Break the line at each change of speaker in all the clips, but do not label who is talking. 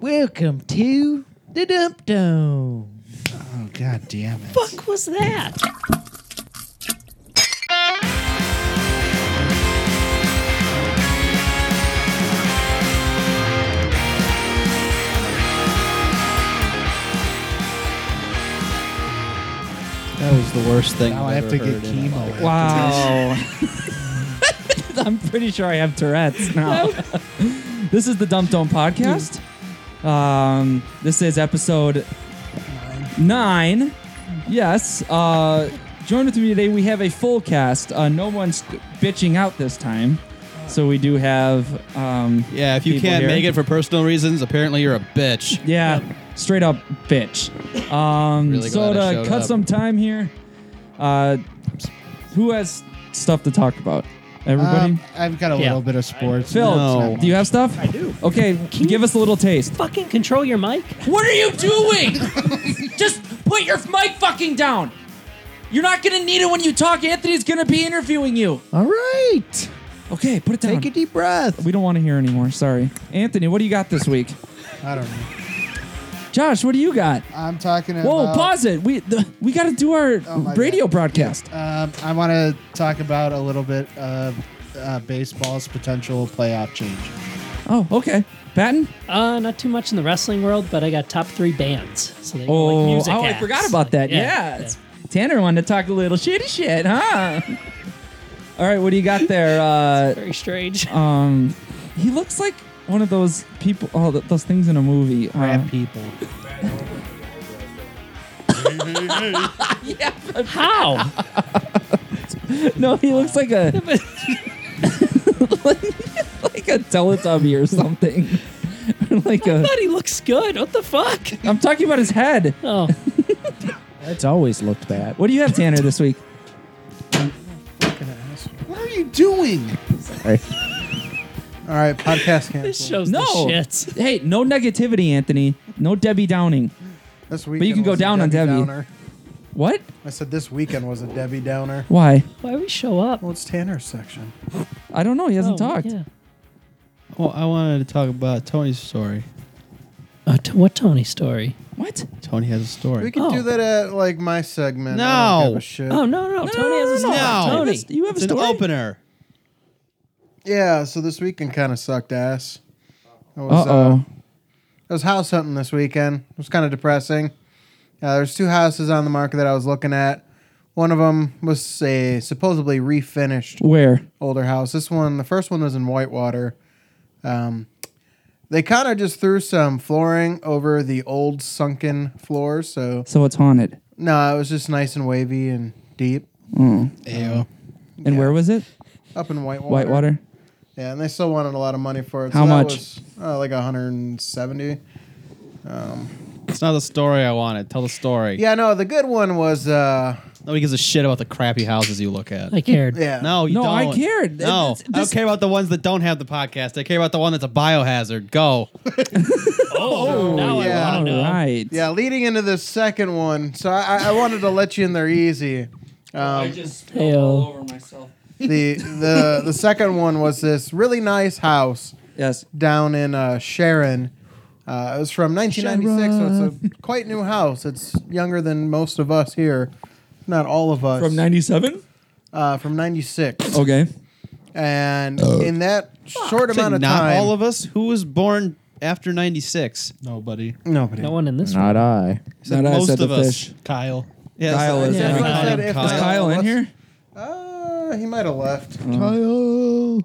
Welcome to the Dump Dome.
Oh god damn it!
fuck was that?
That was the worst thing.
Now I
I've
have to
ever
get
heard in my life.
chemo.
Wow.
I'm pretty sure I have Tourette's now. this is the Dump Dome podcast. Um, this is episode nine. Yes. Uh, joined with me today, we have a full cast. Uh, no one's bitching out this time. So we do have, um,
Yeah, if you
People
can't
here.
make it for personal reasons, apparently you're a bitch.
yeah, straight up bitch. Um,
Really
so
glad I
to
showed
cut
up.
some time here, uh, who has stuff to talk about? Everybody?
Um, I've got a
Yeah.
little bit of sports.
Phil,
No.
do you have stuff? I
do.
Okay, give us a little taste.
Fucking control your mic.
What are you doing? Just put your mic fucking down. You're not gonna need it when you talk. Anthony's gonna be interviewing you.
All right,
Okay, put it down.
take a deep breath.
we don't want to hear anymore. Sorry, Anthony. What do you got this week?
I don't know.
Josh, what do you got?
I'm talking about.
Whoa, pause it. We the, we got to do our
uh, Oh, my
radio
bad.
broadcast.
Um, I want to talk about a little bit of uh, baseball's potential playoff change.
Oh, okay. Patton.
Uh, not too much in the wrestling world, but I got top three bands. So they go,
Oh,
like music
oh, I
acts.
forgot about that. Yeah. Tanner wanted to talk a little shitty shit, huh? All right, what do you got there? Uh,
Very strange.
Um, he looks like one of those people. Oh, th- those things in a movie. Uh,
Crap people.
How?
no, he looks like a like a Teletubby or something. Or like a.
But he looks good. What the fuck?
I'm talking about his head.
Oh,
That's always looked bad.
What do you have, Tanner, this week?
What are you doing?
All right, podcast
this
canceled.
shows
No.
the shits.
Hey, no negativity, Anthony. No Debbie Downing.
This
you can
weekend
go
was a
down on Debbie.
Downer.
What?
I said this weekend was a Debbie Downer.
Why?
Why we show up?
Well, it's Tanner's section.
I don't know. He hasn't
Oh,
talked.
Yeah.
Well, I wanted to talk about Tony's story.
Oh, t- what Tony story?
What?
Tony has a
We
story.
can
Oh.
do that at like my segment.
No.
I don't give a shit.
Oh no, no, Tony has a story.
no.
Tony,
It's- You have
It's
a
an
story.
opener.
Yeah, so this weekend kind of sucked ass. I
Uh
was,
oh.
I was house hunting this weekend. It was kind of depressing. Uh, There's two houses on the market that I was looking at. One of them was a supposedly refinished
Where?
older house. This one, the first one was in Whitewater. Um, they kind of just threw some flooring over the old sunken floor, so
So it's haunted.
no, it was just nice and wavy and deep
Ayo.
And where was it?
up in Whitewater.
Whitewater.
Yeah, and they still wanted a lot of money for it.
How
so
much?
That was, uh, like 170.
It's not the story I wanted. Tell the story.
Yeah, no, the good one was uh,
Nobody gives a shit about the crappy houses you look at.
I cared.
yeah.
no, you
No,
don't.
I cared.
No,
It's-
I
this-
don't care about the ones that don't have the podcast. I care about the one that's a biohazard. Go.
Oh, now
yeah.
I
All
want to know.
right.
Yeah, leading into the second one, so I, I, I wanted to let you in there easy. Um,
just
spilled all Ayo.
over myself.
the the the second one was this really nice house
Yes.
down in uh, Sharon. Uh, it was from 1996, so it's a quite new house. It's younger than most of us here, not all of us.
From Oh. 97?
uh, from 96,
Okay.
and in that short
Say
amount of
not
time,
all of us. Who was born after '96?
Nobody.
nobody.
No one in this
Not I.
Not I,
Most
said
of
the
us.
fish.
Kyle. Yeah,
Kyle
it's-
is
it's
in.
not
Kyle.
Kyle.
Is
Kyle.
Kyle in
What's-
here?
Uh, he might have left.
Kyle.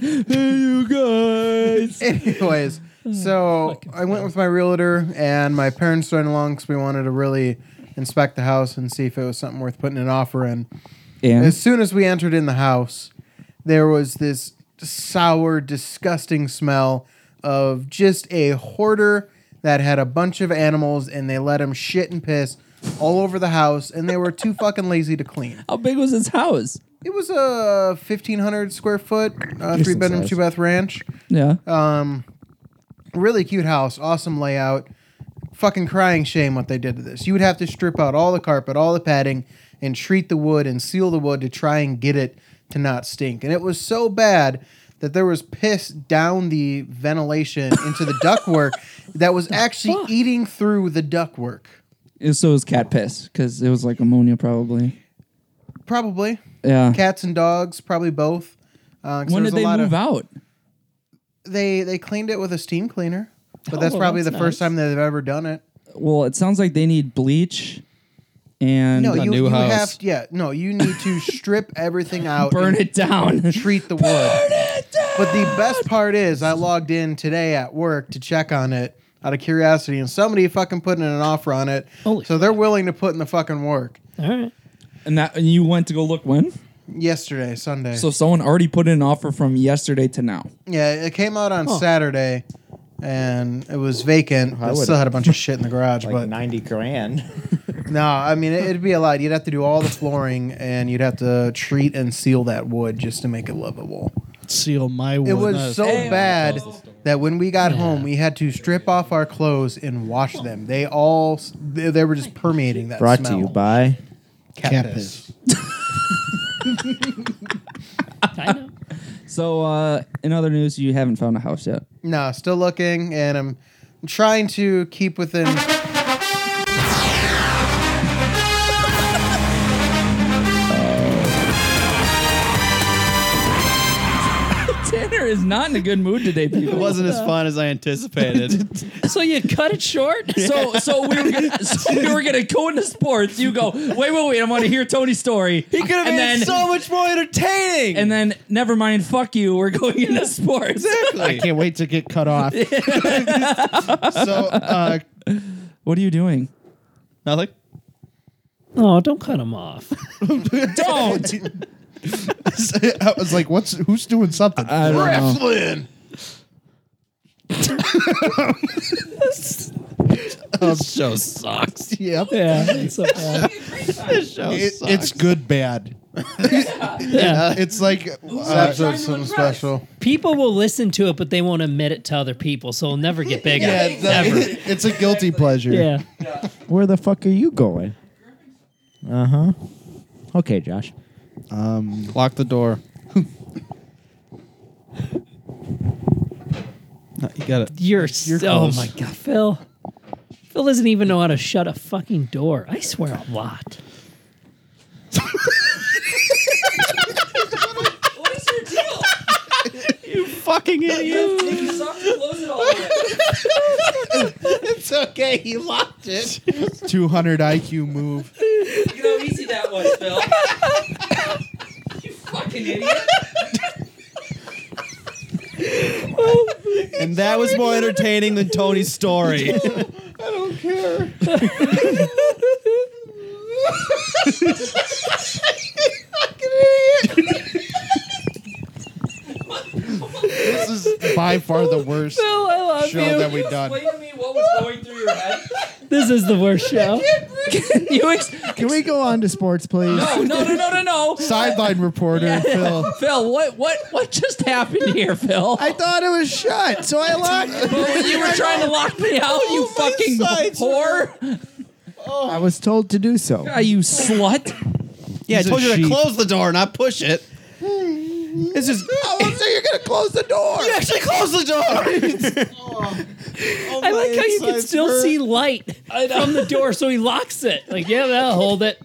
Hey, you guys.
Anyways, so I went with my realtor and my parents joined along because we wanted to really inspect the house and see if it was something worth putting an offer in. As
And
soon as we entered in the house, there was this sour, disgusting smell of just a hoarder that had a bunch of animals and they let them shit and piss all over the house and they were too fucking lazy to clean.
how big was his house?
It was a 1500 square foot, uh, three bedroom,
size.
two bath ranch
Yeah.
Uh, really cute house, awesome layout. Fucking crying shame what they did to this. You would have to strip out all the carpet, all the padding, and treat the wood and seal the wood to try and get it to not stink. And it was so bad that there was piss down the ventilation into the ductwork that was actually eating through the ductwork.
And so it was cat piss because it was like ammonia, probably.
Probably
Yeah.
cats and dogs, probably both. Uh, 'cause
when
there was
did
a
they
lot
move
of-
out?
They they cleaned it with a steam cleaner, but
Oh,
that's
well,
probably
that's
the first
nice.
time that they've ever done it.
Well, it sounds like they need bleach and
No, you,
new
you
house.
have yeah. No, you need to strip everything out,
burn
and
it down.
treat the wood. But the best part is, I logged in today at work to check on it out of curiosity, and somebody fucking put in an offer on it.
Holy
so they're willing to put in the fucking work.
All right.
and that and you went to go look when?
Yesterday, Sunday.
So someone already put in an offer from yesterday to now.
yeah, it came out on Saturday, and it was vacant. But
would-
still had a bunch of shit in the garage.
like
but
90 grand.
no, I mean it, it'd be a lot. You'd have to do all the flooring, and you'd have to treat and seal that wood just to make it livable.
Seal my wood.
It was
Nice.
so
Hey,
bad that when we got home, we had to strip off our clothes and wash them. They all they, they were just permeating that
Brought
smell.
to you by
cat piss.
I know.
So uh in other news, you haven't found a house yet.
No, still looking, and I'm I'm trying to keep within.
Tanner is not in a good mood today,
It
people.
wasn't as fun as I anticipated.
So you cut it short?
So so we were gonna, so we were gonna go into sports. You go wait wait wait. I want to hear Tony's story. He could have and then,
much more entertaining.
and then never mind. Fuck you. We're going into sports.
I can't wait to get cut off. so uh,
What are you doing?
Nothing.
Oh, don't cut him off.
Don't.
I was like, "What's who's doing something?"
Uh,
I don't know.
Wrestling.
This show sucks.
Um, Yep.
Yeah. that's so bad.
This show
It-
sucks.
it's good bad.
yeah.
It's like uh,
episode something special.
People will listen to it, but they won't admit it to other people, so it'll never get bigger.
yeah,
Yeah.
it's a, it's a guilty pleasure.
yeah.
Where the fuck are you going? Uh huh. Okay, Josh.
Lock the door. No, you got it.
You're, so, oh my God, Phil. Phil doesn't even know how to shut a fucking door. I swear a lot.
What is your deal?
Fucking idiot.
You suck to close it all the way.
It's okay. He locked it. 200 IQ move.
You know how easy that was, Phil. you fucking idiot.
And that was more entertaining than Tony's story.
This is by far the worst
Phil, I love
show that we've done.
Explain to me what was going through your head.
This is the worst show.
You ex-
Can we go on to sports, please?
no, no, no, no, no, no.
Sideline reporter, Phil.
Phil, what, what, what just happened here, Phil?
I thought it was shut, so I locked it.
you were trying to lock me out, you fucking whore.
I was told to do so.
Are you slut?
yeah, I
He's a
told you to
sheep.
close the door, not push it.
This is
so you're gonna close the door?
You actually closed the door.
I like how you can
insides
still
hurt.
see light from the door, so he locks it. Like, yeah, that'll hold it.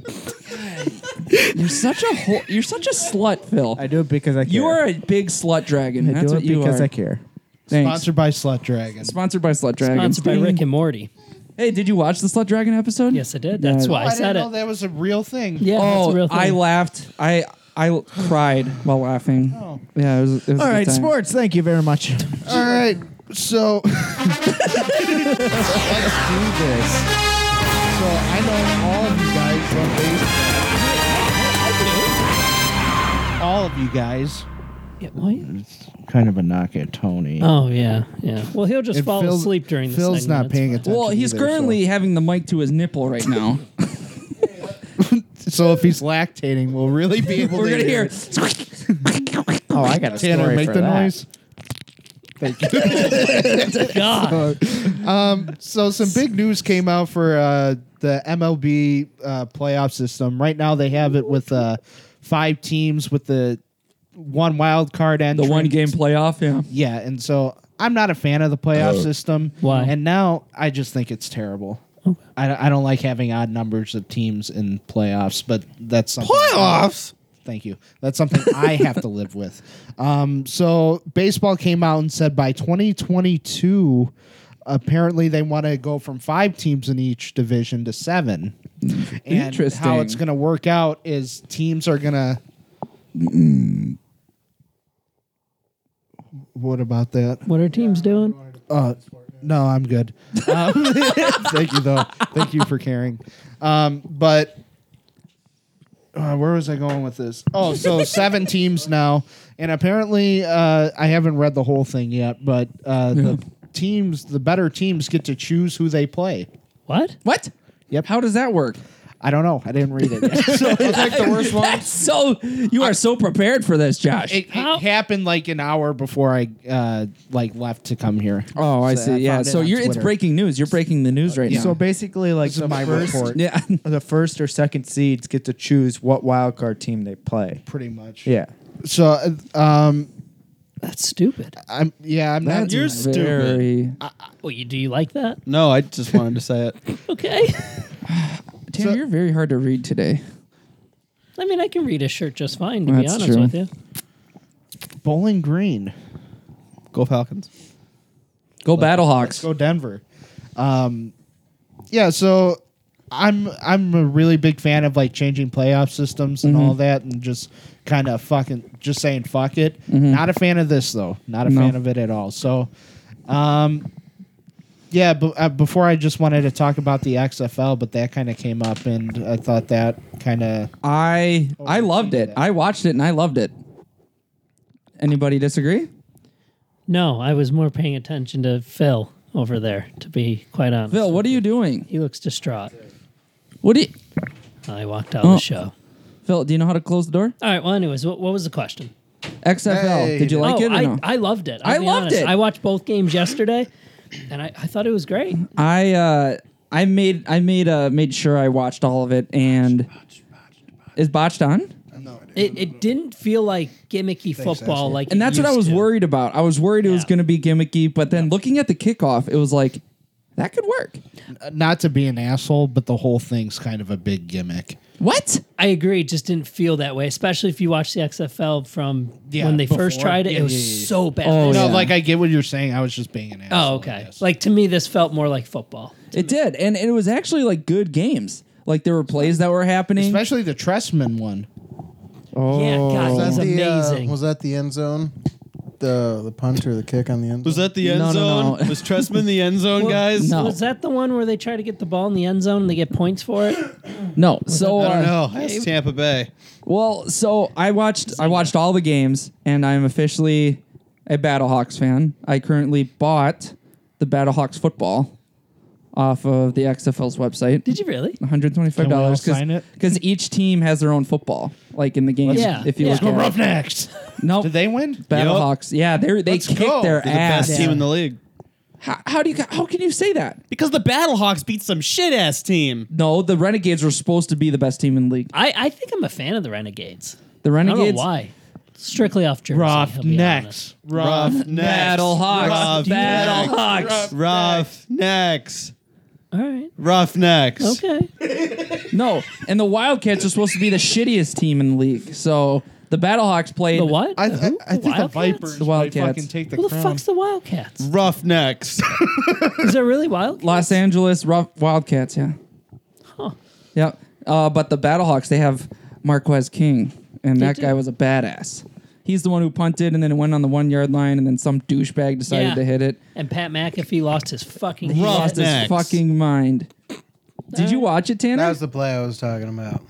you're such a whore. You're such a slut, Phil.
I do it because I care.
You are a big slut dragon.
I
That's
do it
what you
because
are.
I care.
Thanks.
Sponsored by Slut Dragon.
Sponsored by Slut Dragon.
Sponsored by Rick and Morty.
Hey, did you watch the Slut Dragon episode?
Yes, I did. That's
Yeah.
why I,
I
said
didn't
it.
know that was a real thing.
Yeah, that's a
Oh,
real thing.
I laughed. I I cried while laughing.
Oh.
Yeah, it was. It was
All
a good
right,
time.
sports. Thank you very much.
All right. So let's do this. So I know all of you guys love baseball. All of you guys.
Yeah, what?
Kind of a knock at Tony.
Oh yeah, yeah. Well, he'll just
And
fall
Phil's-
asleep during the
Phil's
segment.
not paying attention.
Well, he's
either, so-
currently having the mic to his nipple right now.
So. if he's lactating, we'll really be able
We're
to
gonna hear.
it.
oh, I got a
Tanner
story
make
for
the
that.
noise.
attention. God,
So some big news came out for uh, the MLB uh, playoff system. Right now they have it with uh, five teams with the one wild card
The
entrant.
one game playoff, yeah.
Yeah, and so I'm not a fan of the playoff system.
Why?
And now I just think it's terrible. I, I don't like having odd numbers of teams in playoffs, but that's something
Playoffs.
Thank you. That's something I have to live with. Um, so baseball came out and said by 2022, apparently they want to go from five teams in each division to seven. And how
Interesting.
it's going to work out is teams are going to. What about that?
What are teams doing?
Uh, no, I'm good. Um, thank you though. Thank you for caring. Um, but uh, where was I going with this? Oh, so seven teams now, and apparently uh, I haven't read the whole thing yet. But uh, the teams, the better teams, get to choose who they play.
What?
What?
Yep.
How does that work?
I don't know. I didn't read it. Yet. so it,
Like the worst one.
That's so you are so prepared for this, Josh.
it happened like an hour before I uh, like left to come here.
oh, I
So
see.
I
yeah.
found it
So
on
you're it's
Twitter.
breaking news. You're breaking the news right
So
now.
basically, like
This is
the
my
first,
report,
Yeah.
the first or second seeds get to choose what wild card team they play.
pretty much.
Yeah.
So, uh, um,
That's stupid.
I'm yeah, I'm not. Uh,
You're stupid.
Very
Well, you, do you like that?
No, I just wanted to say it.
Okay.
Tanner,
So-
you're very hard to read today.
I mean, I can read a shirt just fine, to be
That's
honest
true.
with you.
Bowling Green.
Go Falcons.
Go Battlehawks.
Go Denver. Um, yeah, so I'm I'm a really big fan of like changing playoff systems and all that, and just kind of fucking just saying fuck it. Not a fan of this though. Not a
No.
fan of it at all. So, um, yeah. But uh, before I just wanted to talk about the XFL, but that kind of came up, and I thought that kind of
I I
I've
loved
seen
it.
that.
I watched it and I loved it. Anybody disagree?
No, I was more paying attention to Phil over there, to be quite honest.
Phil, what are you doing?
He looks distraught.
What do you
I walked out
Oh.
of the show.
Phil, do you know how to close the door?
All right. Well, anyways, what, what was the question?
XFL.
Hey.
Did you like
oh,
it or
I,
no?
I loved it.
I
I'll be
loved
honest.
it.
I watched both games yesterday, and I, I thought it was great.
I uh, I made I made uh made sure I watched all of it and is botched on,
It, it didn't feel like gimmicky football, like
and
it
that's what I
used
was
to.
worried about. I was worried it was
Yeah.
going to be gimmicky, but then looking at the kickoff, it was like that could work.
not to be an asshole, but the whole thing's kind of a big gimmick.
What?
I agree. It just didn't feel that way, especially if you watch the XFL from
Yeah,
when they first
before.
tried it.
Yeah,
it was
yeah, yeah, yeah.
so bad.
Oh,
No,
yeah.
like I get what you're saying. I was just being an asshole.
Oh,
I
okay.
guess.
Like to me, this felt more like football.
It did, and it was actually like good games. Like there were plays that were happening.
especially the Tressman one.
yeah, God, it was
Was that, the, uh,
amazing.
was that the end zone? The the punt or the kick on the end zone?
Was that the end
No, no,
zone?
no.
Was Tressman the end zone, guys?
no.
Was that the one where they try to get the ball in the end zone and they get points for it?
no, so
I
uh,
don't know. Oh, That's Tampa Bay.
Well, so I watched I watched all the games, and I'm officially a Battlehawks fan. I currently bought the Battlehawks football off of the XFL's website.
Did you really?
One hundred twenty-five dollars
Can we all sign it?
because each team has their own football, like in the game.
Yeah,
if you
yeah.
look
Let's go
at it.
Roughnecks.
nope,
Did they win?
Battlehawks. Yeah, they they
Let's
kicked
go.
their
They're the
ass.
best team in the league.
How, how do you how can you say that?
Because the Battlehawks beat some shit ass team.
No, the Renegades were supposed to be the best team in the league.
I, I think I'm a fan of the Renegades.
The
I don't
Renegades.
know why. Strictly off jersey. I'll be honest.
Roughnecks.
Rough necks.
Battlehawks.
Rough
Battlehawks.
Rough necks.
All right.
Rough necks.
Okay.
No, and the Wildcats are supposed to be the shittiest team in the league. So the Battlehawks played
The what?
I,
The
I,
who?
I think the
Wildcats?
Vipers
The
the
Wildcats.
fucking take the
Who the
crown.
fuck's the Wildcats?
Rough necks.
Is there really Wildcats?
Los Angeles Ro- Wildcats. Yeah.
Huh.
Yep. Uh, but the Battlehawks, they have Marquez King, and that
do.
guy was a badass. He's the one who punted, and then it went on the one yard line, and then some douchebag decided
Yeah.
to hit it.
And Pat McAfee lost his fucking
He
Rough
lost
head.
neck.
his fucking mind. Did you watch it, Tanner?
That was the play I was talking about.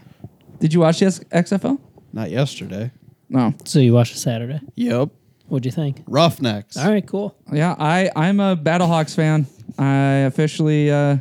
Did you watch the XFL?
Not yesterday.
No.
So you watched it Saturday.
Yep.
What'd you think?
Rough necks.
All right, cool.
Yeah, I I'm a Battlehawks fan. I officially uh,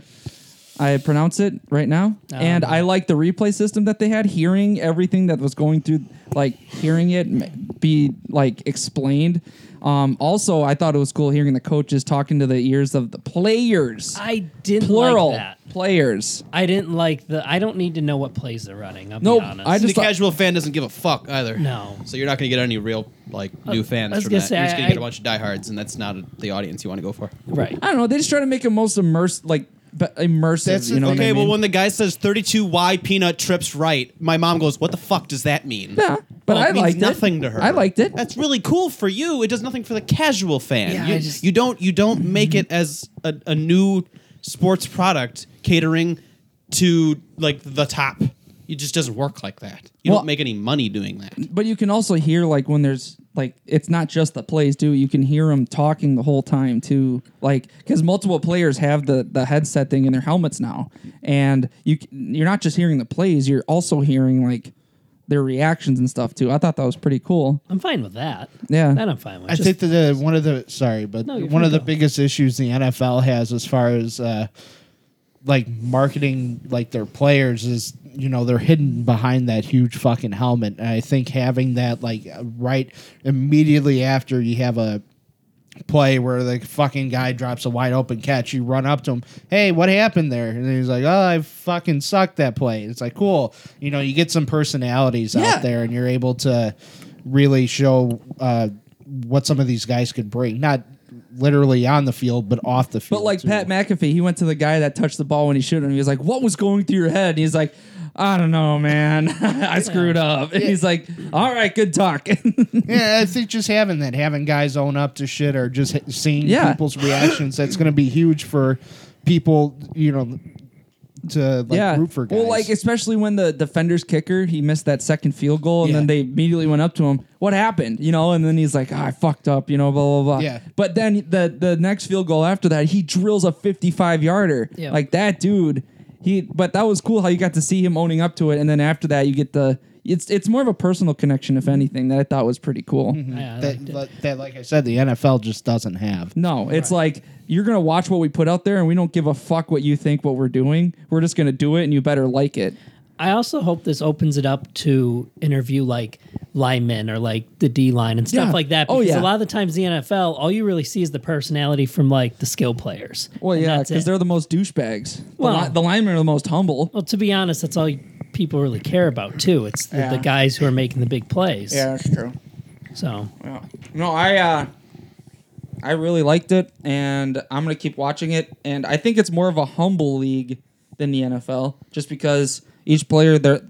I pronounce it right now,
Oh,
and I like the replay system that they had. Hearing everything that was going through, like hearing it m- be like explained, Um, also, I thought it was cool hearing the coaches talking to the ears of the players.
I didn't
plural
like that.
players.
I didn't like the. I don't need to know what plays they're running. I'll
No,
be honest.
I
And
just
the
thought-
casual fan doesn't give a fuck either.
No.
So you're not going to get any real like new fans
I was
from
gonna
that.
say,
you're just going
I-
to get a bunch of diehards, and that's not the audience you want to go for.
right.
I don't know. They just try to make it most immersive, like be- immersive.
That's
you know
the
what
okay,
I
well,
mean?
when the guy says 32 Y peanut trips right, my mom goes, "What the fuck does that mean?"
Yeah, but
Well,
I
it means
liked it.
nothing to her.
I liked it.
That's really cool for you. It does nothing for the casual fan.
Yeah,
you,
I just-
you don't you don't make it as a, a new sports product catering to like the top. It just doesn't work like that. You
Well-
don't make any money doing that.
but you can also hear like when there's like it's not just the plays too. You can hear them talking the whole time too, like because multiple players have the the headset thing in their helmets now, and you c- you're not just hearing the plays, you're also hearing like their reactions and stuff too. I thought that was pretty cool.
I'm fine with that.
Yeah.
That I'm fine with.
I
Just-
think that uh, one of the sorry, but
No, you're
one
fine,
of the
go.
biggest issues the NFL has as far as uh, like marketing like their players is you know they're hidden behind that huge fucking helmet. And I think having that like right immediately after you have a play where the fucking guy drops a wide open catch. You run up to him, hey, what happened there? And he's like, oh, I fucking sucked that play. It's like, cool. You know, you get some personalities
Yeah.
out there and you're able to really show uh, what some of these guys could bring. Not literally on the field, but off the field.
But like
too.
Pat McAfee, he went to the guy that touched the ball when he shouldn't. And he was like, "What was going through your head?" And he's like, "I don't know, man. I screwed up." And he's like, "All right, good talk."
yeah, I think just having that, having guys own up to shit or just h- seeing
Yeah.
people's reactions, that's going to be huge for people, you know, to like root for guys.
Well, like especially when the defender's kicker he missed that second field goal, and
Yeah.
then they immediately went up to him. What happened? You know, and then he's like, "Ah, "I fucked up," you know, blah blah blah.
Yeah.
But then the the next field goal after that, he drills a fifty-five yarder.
Yeah.
Like that dude. He. But that was cool how you got to see him owning up to it, and then after that, you get the. It's it's more of a personal connection, if anything, that I thought was pretty cool.
Yeah, I liked
that,
it.
that, that, like I said, the NFL just doesn't have.
No, it's like you're gonna watch what we put out there, and we don't give a fuck what you think what we're doing. We're just gonna do it, and you better like it.
I also hope this opens it up to interview like linemen or like the D line and stuff
Yeah.
like that.
Oh,
Because
yeah.
a lot of the times the NFL, all you really see is the personality from like the skill players.
Well,
And
yeah,
that's
because
it.
they're the most douchebags. Well, the,
Well-
li- the linemen are the most humble.
Well, to be honest, that's all you- people really care about too. It's the, the
Yeah.
guys who are making the big plays.
that's true.
So
No, I uh, I really liked it, and I'm gonna keep watching it. And I think it's more of a humble league than the NFL, just because each player they're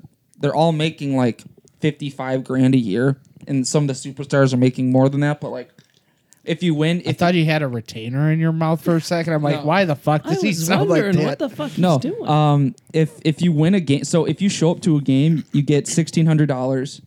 they're all making like 55 grand a year, and some of the superstars are making more than that. But like, if you win,
I
if
thought you had a retainer in your mouth for a second. I'm like,
No.
why the fuck
I
does he
was
sound like
wondering what
that?
the fuck
no,
he's doing.
um, if if you win a game, so if you show up to a game, you get sixteen hundred dollars,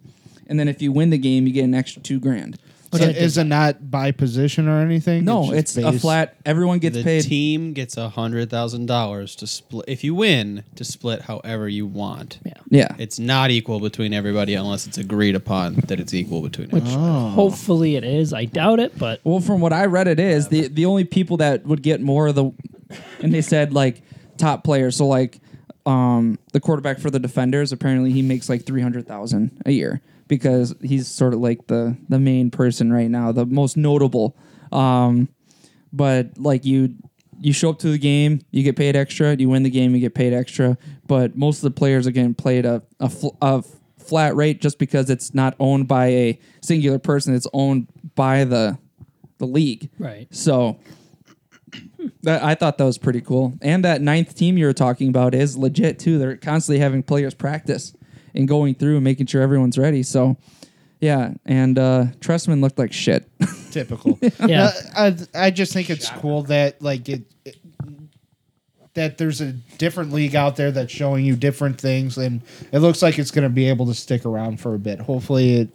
and then if you win the game, you get an extra two grand.
So is it not by position or anything?
No, it's,
just
a
based-
flat. Everyone gets
the
paid.
team gets a hundred thousand dollars to split if you win to split however you want
Yeah.
Yeah,
it's not equal between everybody unless it's agreed upon that it's equal between everybody.
Hopefully it is. I doubt it, but
Well, from what I read, it is the the only people that would get more of the, and they said like top players. So like, um, the quarterback for the defenders apparently he makes like three hundred thousand a year because he's sort of like the the main person right now, the most notable. Um, but like you you show up to the game, you get paid extra. You win the game, you get paid extra. But most of the players are getting played a a, fl- a f- flat rate just because it's not owned by a singular person. It's owned by the the league.
right.
So that I thought that was pretty cool. And that ninth team you were talking about is legit too. They're constantly having players practice and going through and making sure everyone's ready. So yeah, and uh Tressman looked like shit.
typical.
Yeah.
Uh, I, I just think it's cool that like it, it- that there's a different league out there that's showing you different things, and it looks like it's going to be able to stick around for a bit. Hopefully, it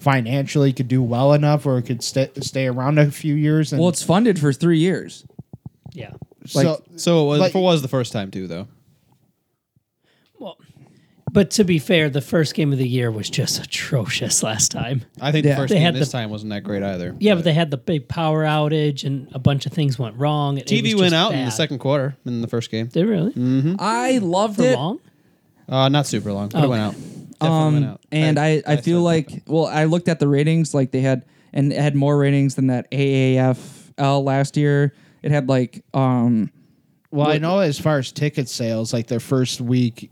financially could do well enough, or it could st- stay around a few years. And
well, it's funded for 3 years.
Yeah.
like-
so it was,
Like-
it was the first time too though
Well, but to be fair, the first game of the year was just atrocious last time.
i think
Yeah.
the first
They
game
had
this
the-
time wasn't that great either
Yeah, but they had the big power outage and a bunch of things went wrong. It- it
tv
was
went
just
out in the
bad.
second quarter in the first game
Did it really?
I loved
For
it.
long?
uh, not super
Um,
long but it went out Definitely went out
And I, I,
I
feel
said
like, well, I looked at the ratings, like they had and it had more ratings than that AAFL last year. It had like um
Well, I know as far as ticket sales, like their first week,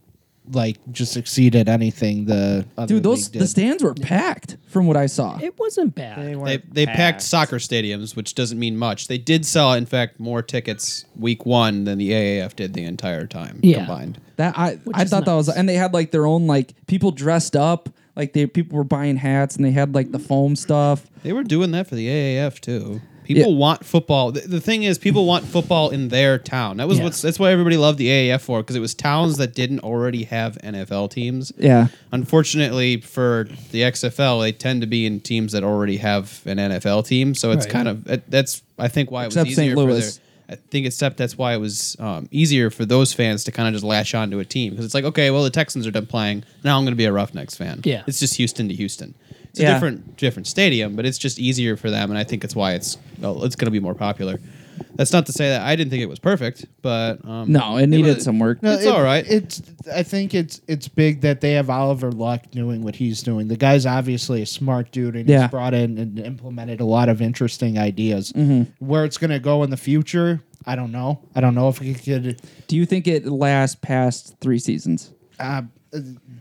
like just exceeded anything the other
dude those
league did.
the stands were packed from what I saw.
It wasn't bad.
They, they packed soccer stadiums, which doesn't mean much. They did sell, in fact, more tickets week one than the AAF did the entire time
Yeah.
combined.
That I I
is
thought that was
nice.
and they had like their own like people dressed up like they people were buying hats and they had like the foam stuff.
They were doing that for the AAF too. People want football. The, the thing is, people want football in their town. That was
Yeah.
what's. That's why everybody loved the AAF for because it was towns that didn't already have NFL teams.
Yeah.
Unfortunately for the XFL, they tend to be in teams that already have an NFL team. So it's
Right.
kind of it- that's. I think why it
Except
was
St.
easier for
Louis.
their- I think except that's why it was um, easier for those fans to kind of just latch onto a team because it's like okay, well the Texans are done playing now. I'm going to be a Roughnecks fan.
Yeah.
it's just Houston to Houston. It's
Yeah.
a different different stadium, but it's just easier for them, and I think it's why it's well, it's going to be more popular. That's not to say that I didn't think it was perfect, but um,
No, it needed
was-
some work.
No,
It's
it-
all right.
It's I think it's it's big that they have Oliver Luck doing what he's doing. The guy's obviously a smart dude, and
Yeah.
he's brought in and implemented a lot of interesting ideas.
Mm-hmm.
Where it's going to go in the future, I don't know. I don't know if it could
Do you think it lasts past 3 seasons?
uh,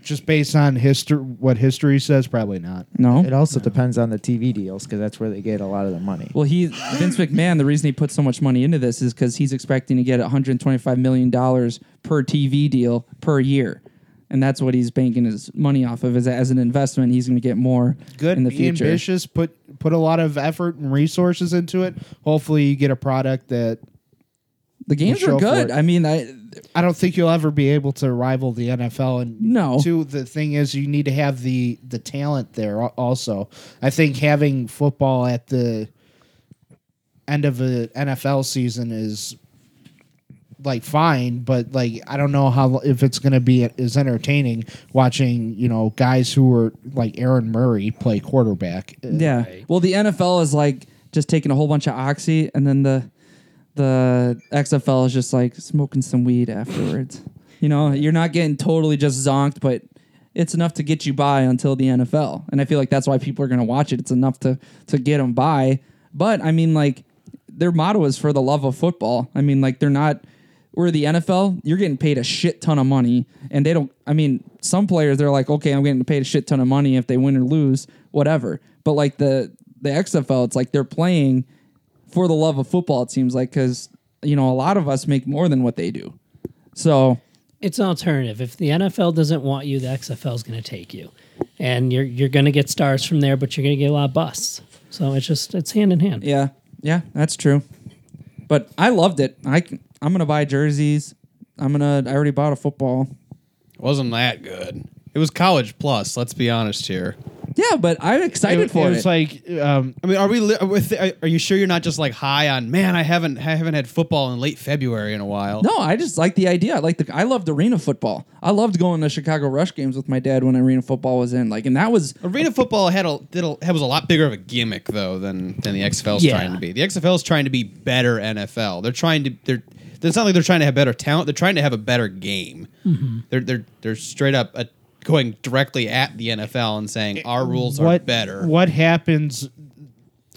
just based on history, what history says, probably not.
No.
It also depends on the TV deals because that's where they get a lot of the money.
Well, he Vince McMahon. The reason he put so much money into this is because he's expecting to get 125 million dollars per TV deal per year, and that's what he's banking his money off of. Is as an investment, he's going to get more
Good,
in the
be
future.
ambitious. Put put a lot of effort and resources into it. Hopefully, you get a product that
The games
Show
are
for
good.
it.
I mean, I
I don't think you'll ever be able to rival the NFL. And
No.
two, the thing is, you need to have the the talent there. al- Also, I think having football at the end of a NFL season is like fine, but like I don't know how if it's going to be as entertaining watching you know guys who are like Aaron Murray play quarterback.
yeah. Well, the NFL is like just taking a whole bunch of oxy, and then the the XFL is just like smoking some weed afterwards. you know, you're not getting totally just zonked, but it's enough to get you by until the NFL. And I feel like that's why people are going to watch it. It's enough to to get them by. But I mean, like their motto is for the love of football. I mean, like they're not. Where the NFL, you're getting paid a shit ton of money, and they don't. I mean, some players they're like, okay, I'm getting paid a shit ton of money if they win or lose, whatever. But like the the XFL, it's like they're playing for the love of football. It seems like because you know a lot of us make more than what they do. So
It's an alternative. If the NFL doesn't want you, the XFL is going to take you, and you're you're going to get stars from there, but you're going to get a lot of busts. So it's just it's hand in hand.
yeah, yeah, that's true. But I loved it. I c- I'm gonna buy jerseys. I'm gonna. I already bought a football.
It wasn't that good. It was college plus. Let's be honest here.
Yeah, but I'm excited for it.
was like um,
I mean, are we? Li- are, we th- are you sure you're not just like high on? Man, I haven't I haven't had football in late February in a while.
no, I just like the idea. I like the. I loved arena football. I loved going to Chicago Rush games with my dad when arena football was in. Like, and that was
Arena football had a, did a had was a lot bigger of a gimmick though than than the XFL's
Yeah.
trying to be. The XFL's trying to be better NFL. They're trying to they're it's not like they're trying to have better talent. They're trying to have a better game.
Mm-hmm.
They're they're they're straight up uh going directly at the NFL and saying our rules are better.
What happens?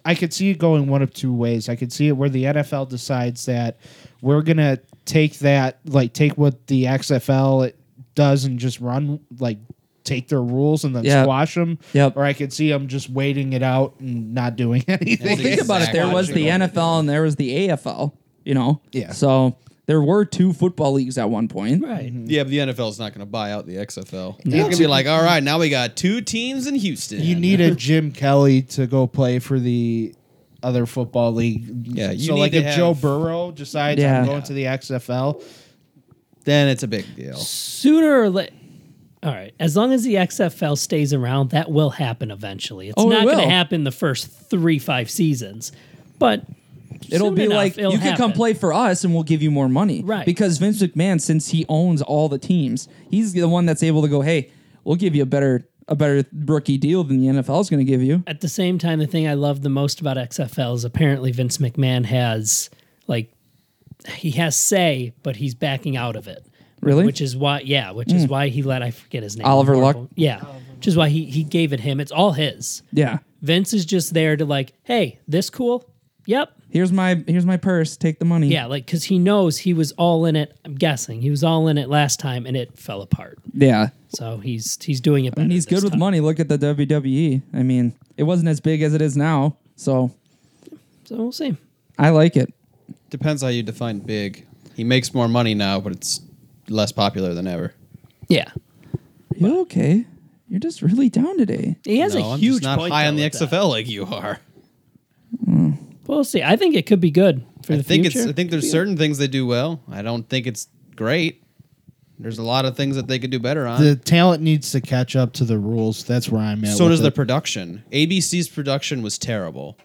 I could see it going one of two ways. I could see it where the NFL decides that we're gonna take that, like take what the XFL does and just run, like take their rules and then
Yeah.
squash them.
Yep.
Or I could see them just waiting it out and not doing
Well,
anything.
think about it. There was the NFL and there was the AFL. You know.
Yeah.
So there were two football leagues at one point.
Right.
Yeah, but the NFL's not going to buy out the XFL. They're going to be like, all right, now we got two teams in Houston.
You need a Jim Kelly to go play for the other football league.
Yeah, you
so
need
like
to
if
have-
Joe Burrow decides
Yeah.
I'm going to the XFL,
then it's a big deal.
Sooner or later. All right. As long as the XFL stays around, that will happen eventually. It's
Oh, it
not going to
will.
happen the first three five seasons, but
It'll
soon
be
enough,
like
it'll
you can come
happen.
play for us and we'll give you more money.
Right.
Because Vince McMahon, since he owns all the teams, he's the one that's able to go, hey, we'll give you a better a better rookie deal than the NFL is going to give you.
At the same time, the thing I love the most about XFL is apparently Vince McMahon has like he has say, but he's backing out of it.
Really? Hmm.
Which is why, yeah, which is why he let I forget his name.
Oliver Luck?
Yeah, which is why he he gave it him. It's all his.
yeah.
Vince is just there to like, hey, this cool. Yep.
Here's my here's my purse. Take the money.
Yeah, like because he knows he was all in it. I'm guessing he was all in it last time and it fell apart.
Yeah.
So he's he's doing it. Better
And he's
this
good with
time.
money. Look at the WWE. I mean, it wasn't as big as it is now. So
So we'll see.
I like it.
Depends how you define big. He makes more money now, but it's less popular than ever.
Yeah,
You okay? You're just really down today.
he has
no,
a
I'm
huge
just not
point,
high
though,
on the
with
XFL
that.
like you are.
We'll see. I think it could be good for
I
the
think
future.
it's. I think there's certain things they do well. I don't think it's great. There's a lot of things that they could do better on.
The talent needs to catch up to the rules. That's where I'm at.
so
with
does the
it.
production. ABC's production was terrible.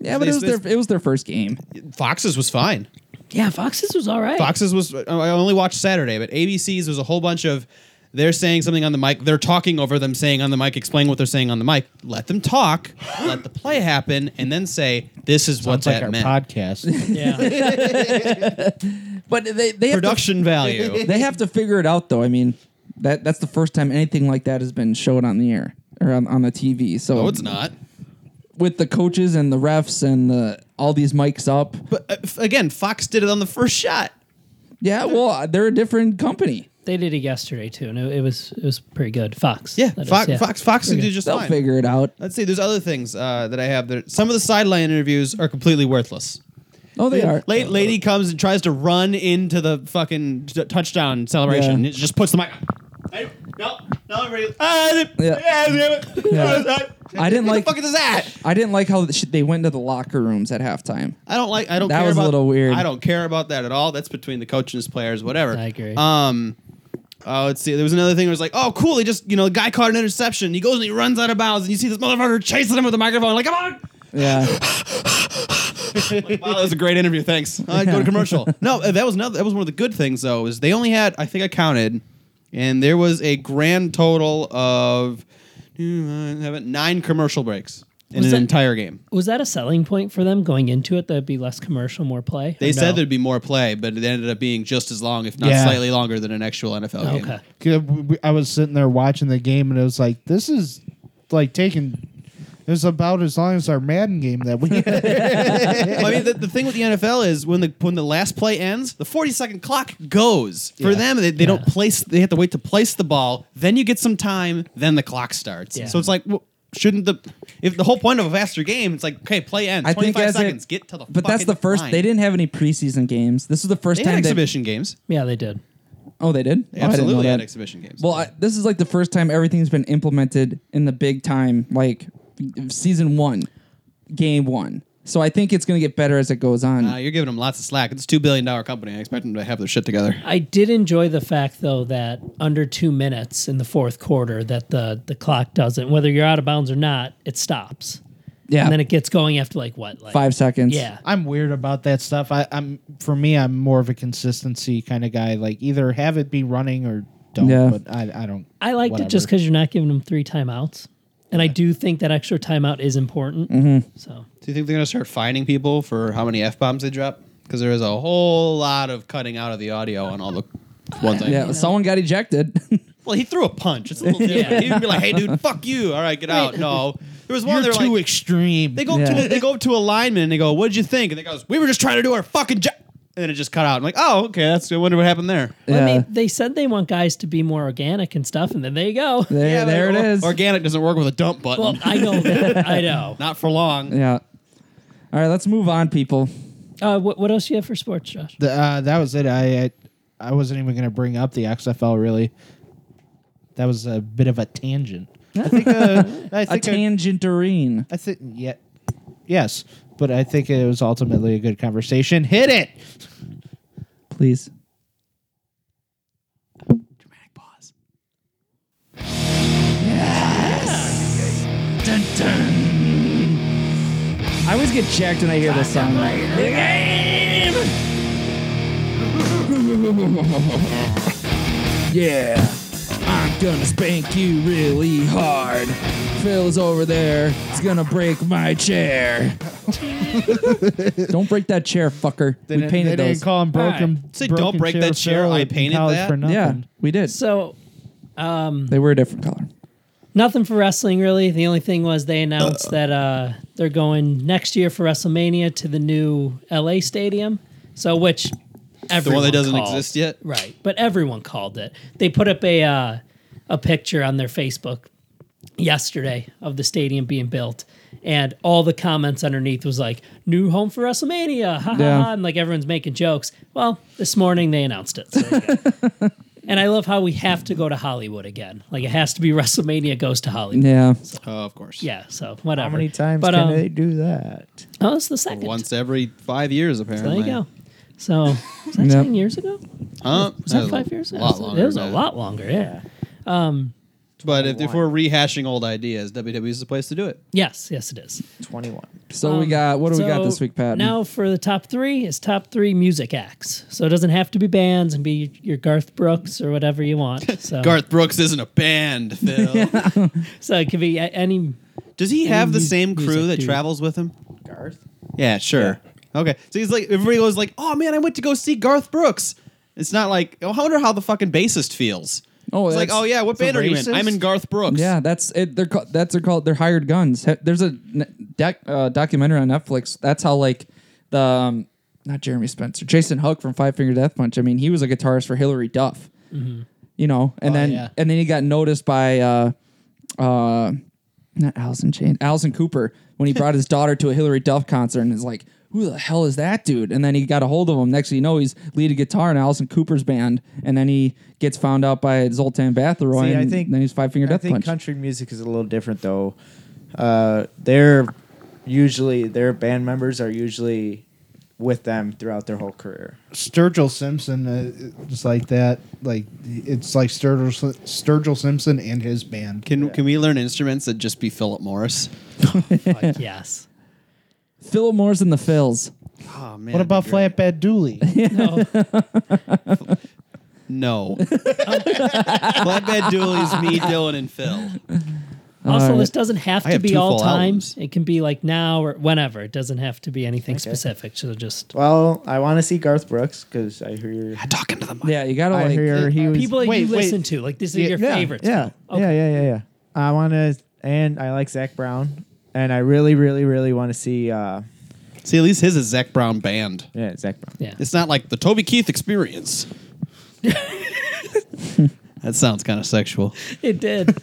Yeah, but it was
They-
their it was their first game.
Fox's was fine.
yeah, Fox's was all right.
Fox's was I only watched Saturday, but ABC's was a whole bunch of they're saying something on the mic. They're talking over them saying on the mic, explain what they're saying on the mic. Let them talk, let the play happen, and then say this is what
It's like
that
our
meant.
podcast.
Yeah,
But they they have to-
Production value.
they have to figure it out though. I mean, that that's the first time anything like that has been shown on the air or on, on the TV. So
No, it's not.
with the coaches and the refs and the all these mics up.
But uh, f- again, Fox did it on the first shot.
Yeah, well, they're a different company.
they did it yesterday too, and it, it was it was pretty good. Fox.
Yeah,
that is,
Fox, Fox, Fox can do just
They'll
fine.
figure it out.
Let's see. There's other things uh, that I have. There, some of the sideline interviews are completely worthless.
Oh, they are.
Late lady comes and tries to run into the fucking t- touchdown celebration.
Yeah.
And it just puts the mic. Hey, No, no, everybody- ah,
Yeah.
yeah, yeah, yeah.
I didn't
What
like.
the fuck is that?
I didn't like how sh- they went to the locker rooms at halftime.
I don't like. I don't.
That
care
was a
about,
little weird.
I don't care about that at all. That's between the coach and his players, whatever.
I agree.
Um, oh, let's see. There was another thing. It was like, oh, cool. He just, you know, the guy caught an interception. He goes and he runs out of bounds, and you see this motherfucker chasing him with a microphone. Like, come on.
Yeah,
wow, that was a great interview. Thanks. Uh, go to commercial. No, uh, that was another. That was one of the good things though. Is they only had I think I counted, and there was a grand total of mm, I haven't- nine commercial breaks in
Was
an
that-
entire game.
Was that a selling point for them going into it? That'd be less commercial, more play.
They
Or
said
no?
there'd be more play, but it ended up being just as long, if not
Yeah.
slightly longer, than an actual NFL game.
Oh, Okay.
'Cause we- I was sitting there watching the game, and it was like, this is like taking. It was about as long as our Madden game that we
Well, I mean, the, the thing with the NFL is when the when the last play ends, the forty second clock goes for them. They, they don't place; they have to wait to place the ball. Then you get some time. Then the clock starts.
Yeah.
So it's like, well, shouldn't the if the whole point of a faster game? It's like, okay, play ends.
I
Twenty
think
five
as it-
seconds. get to the.
but that's
fucking
the first.
line.
They didn't have any preseason games. This is the first
They
time
had
they-
exhibition games.
Yeah, they did.
Oh, they did.
They
Oh, I didn't know
absolutely had
that.
exhibition games.
Well, I, this is like the first time everything's been implemented in the big time, like season one, game one. So I think it's going to get better as it goes on.
Uh, you're giving them lots of slack. It's a two billion dollar company. I expect them to have their shit together.
I did enjoy the fact though that under two minutes in the fourth quarter that the the clock doesn't whether you're out of bounds or not it stops
yeah,
and then it gets going after like what like
five seconds.
yeah
I'm weird about that stuff. I, I'm for me, I'm more of a consistency kind of guy. Like either have it be running or don't.
Yeah.
But I, I don't.
I liked it just
whatever.
because you're not giving them three timeouts and I do think that extra timeout is important
Mm-hmm.
so
Do you think they're gonna start fining people for how many f bombs they drop? Because there is a whole lot of cutting out of the audio on all the ones. I
yeah. Someone got ejected.
Well, he threw a punch. It's a little different. He'd be like, "Hey, dude, fuck you! All right, get out." No, there was one.
You're
They're
too
like,
extreme.
they go up
Yeah.
to they go up to a lineman and they go, "What'd you think?" And they goes, "We were just trying to do our fucking job." And then it just cut out. I'm like, "Oh, okay. That's I wonder what happened there."
I mean
yeah,
they said they want guys to be more organic and stuff and then there you go
there, there it
oh, or-
is.
Organic doesn't work with a dump button.
well I know that I know
Not for long.
yeah. All right, let's move on, people.
uh, what what else you have for sports Josh
The, uh, that was it. I, I I wasn't even going to bring up the XFL really. That was a bit of a tangent. I think. Uh, I
A
think. I,
tangentarine.
I think. Yeah. Yes, but I think it was ultimately a good conversation. Hit it.
Please. Dramatic pause. Yes. Dun, dun. I always get jacked when I hear this song. yeah, I'm gonna spank you really hard. Phil's over there. He's gonna break my chair. Don't break that chair, fucker.
They
we
didn't-
painted
they
those.
didn't call him
All
broken.
right.
Say, don't
broken
break that chair,
feral
I
in
painted
college
that.
For nothing.
yeah, we did.
So
They were a different color.
nothing for wrestling really. The only thing was they announced that uh, they're going next year for WrestleMania to the new LA stadium. So which
the one
everyone
that doesn't
called.
exist yet.
right? But everyone called it. They put up a uh, a picture on their Facebook yesterday of the stadium being built, and all the comments underneath was like "New home for WrestleMania," ha ha,
Yeah.
ha, and like everyone's making jokes. Well, this morning they announced it. So there you go. And I love how we have to go to Hollywood again. Like it has to be WrestleMania goes to Hollywood.
Yeah.
Oh, of course.
Yeah, so whatever.
How many times
But,
can
um,
they do that?
Oh, it's the second.
Once every five years,
there
apparently.
you go. So was that
Yep.
ten years ago?
Huh?
Was that five years ago?
A lot
It was-
longer
it was
than
a
that.
lot longer. Yeah.
But if, if we're rehashing old ideas, WWE is the place to do it.
Yes, yes, it is.
Twenty-one.
So we
Um,
got what do we got
so
this week, Pat?
Now for the top three is top three music acts. So it doesn't have to be bands and be your Garth Brooks or whatever you want. So
Garth Brooks isn't a band, Phil.
So it could be a- any.
Does he have the
mu-
same crew
music
that
dude.
travels with him? Garth. Yeah, sure. Okay, so he's like everybody goes like, "Oh man, I went to go see Garth Brooks." It's not like oh, I wonder how the fucking bassist feels.
Oh,
it's like
that's-
oh yeah, what band are you in?
racist?
I'm in Garth Brooks.
Yeah, that's it. They're called. That's they're called. They're hired guns. He- There's a n- doc, uh, documentary on Netflix. That's how like the um, not Jeremy Spencer, Jason Hook from Five Finger Death Punch. I mean, he was a guitarist for Hillary Duff. You know, and then
yeah.
and then he got noticed by uh, uh, not Allison Chain, Allison Cooper when he brought his daughter to a Hillary Duff concert and is like, who the hell is that dude? And then he got a hold of him. Next thing you know, he's leading guitar in Allison Cooper's band, and then he gets found out by Zoltan Bathory.
See,
and
I think
then he's Five Finger
I
Death
think
Punch.
country music is a little different though. Uh, they're usually their band members are usually with them throughout their whole career.
Sturgill Simpson uh, is like that. Like it's like Sturgill, Sturgill Simpson and his band.
Can can we learn instruments that just be Philip Morris?
Fuck yes.
Phil Moore's in the Phils.
Oh man.
What about Flatbed Dooley?
No.
No. Flatbed Dooley's me, Dylan, and Phil.
Also,
right.
this doesn't have
I
to
have
be
two
all
full
time.
albums.
It can be like now or whenever. It doesn't have to be anything specific. So just
Well, I want to see Garth Brooks because I hear
Talking to the mic.
Yeah, you gotta
I
like.
hear he was
people that
wait,
you
wait.
listen to. Like this is your
yeah,
favorites.
Yeah, yeah, yeah, yeah, yeah. I want to, and I like Zach Brown, and I really, really, really want to see. Uh,
See, at least his is Zach Brown Band.
yeah, Zach Brown.
Yeah.
It's not like the Toby Keith experience. that sounds kind of sexual.
It did.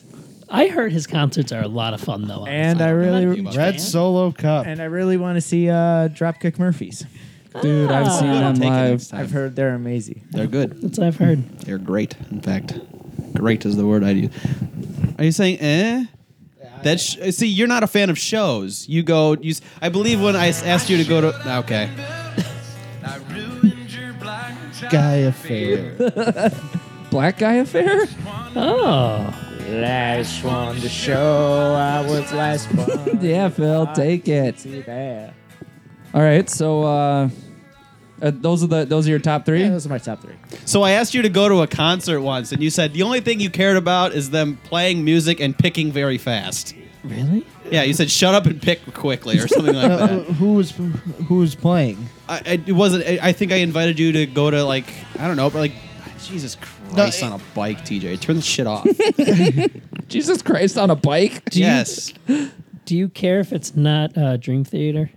I heard his concerts are a lot of fun though. honestly.
And I
I'm not a
really,
huge
Red
fan.
Solo Cup.
and I really want to see uh, Dropkick Murphys.
dude, I've seen
I'll
them
take it
live.
next time.
I've heard they're amazing.
They're good.
That's what I've heard.
They're great. In fact, great is the word I use. Are you saying eh? That sh- see, you're not a fan of shows. You go. You. s- I believe when I s- asked you to go to. Okay.
Guy affair.
Black guy affair?
Oh,
Last one to show, I was last one.
yeah, Phil, take it.
See that?
All right, so uh, uh, those are the those are your top three.
Yeah, those are my top three.
So I asked you to go to a concert once, and you said the only thing you cared about is them playing music and picking very fast.
really?
Yeah, you said shut up and pick quickly or something like
Uh,
that.
who was who was playing?
I, I- it wasn't. I, I think I invited you to go to like I don't know, but like Jesus Christ
No, it-
on a bike, TJ. Turn the shit off.
Jesus Christ on a bike? Do you-
yes.
Do you care if it's not uh, Dream Theater?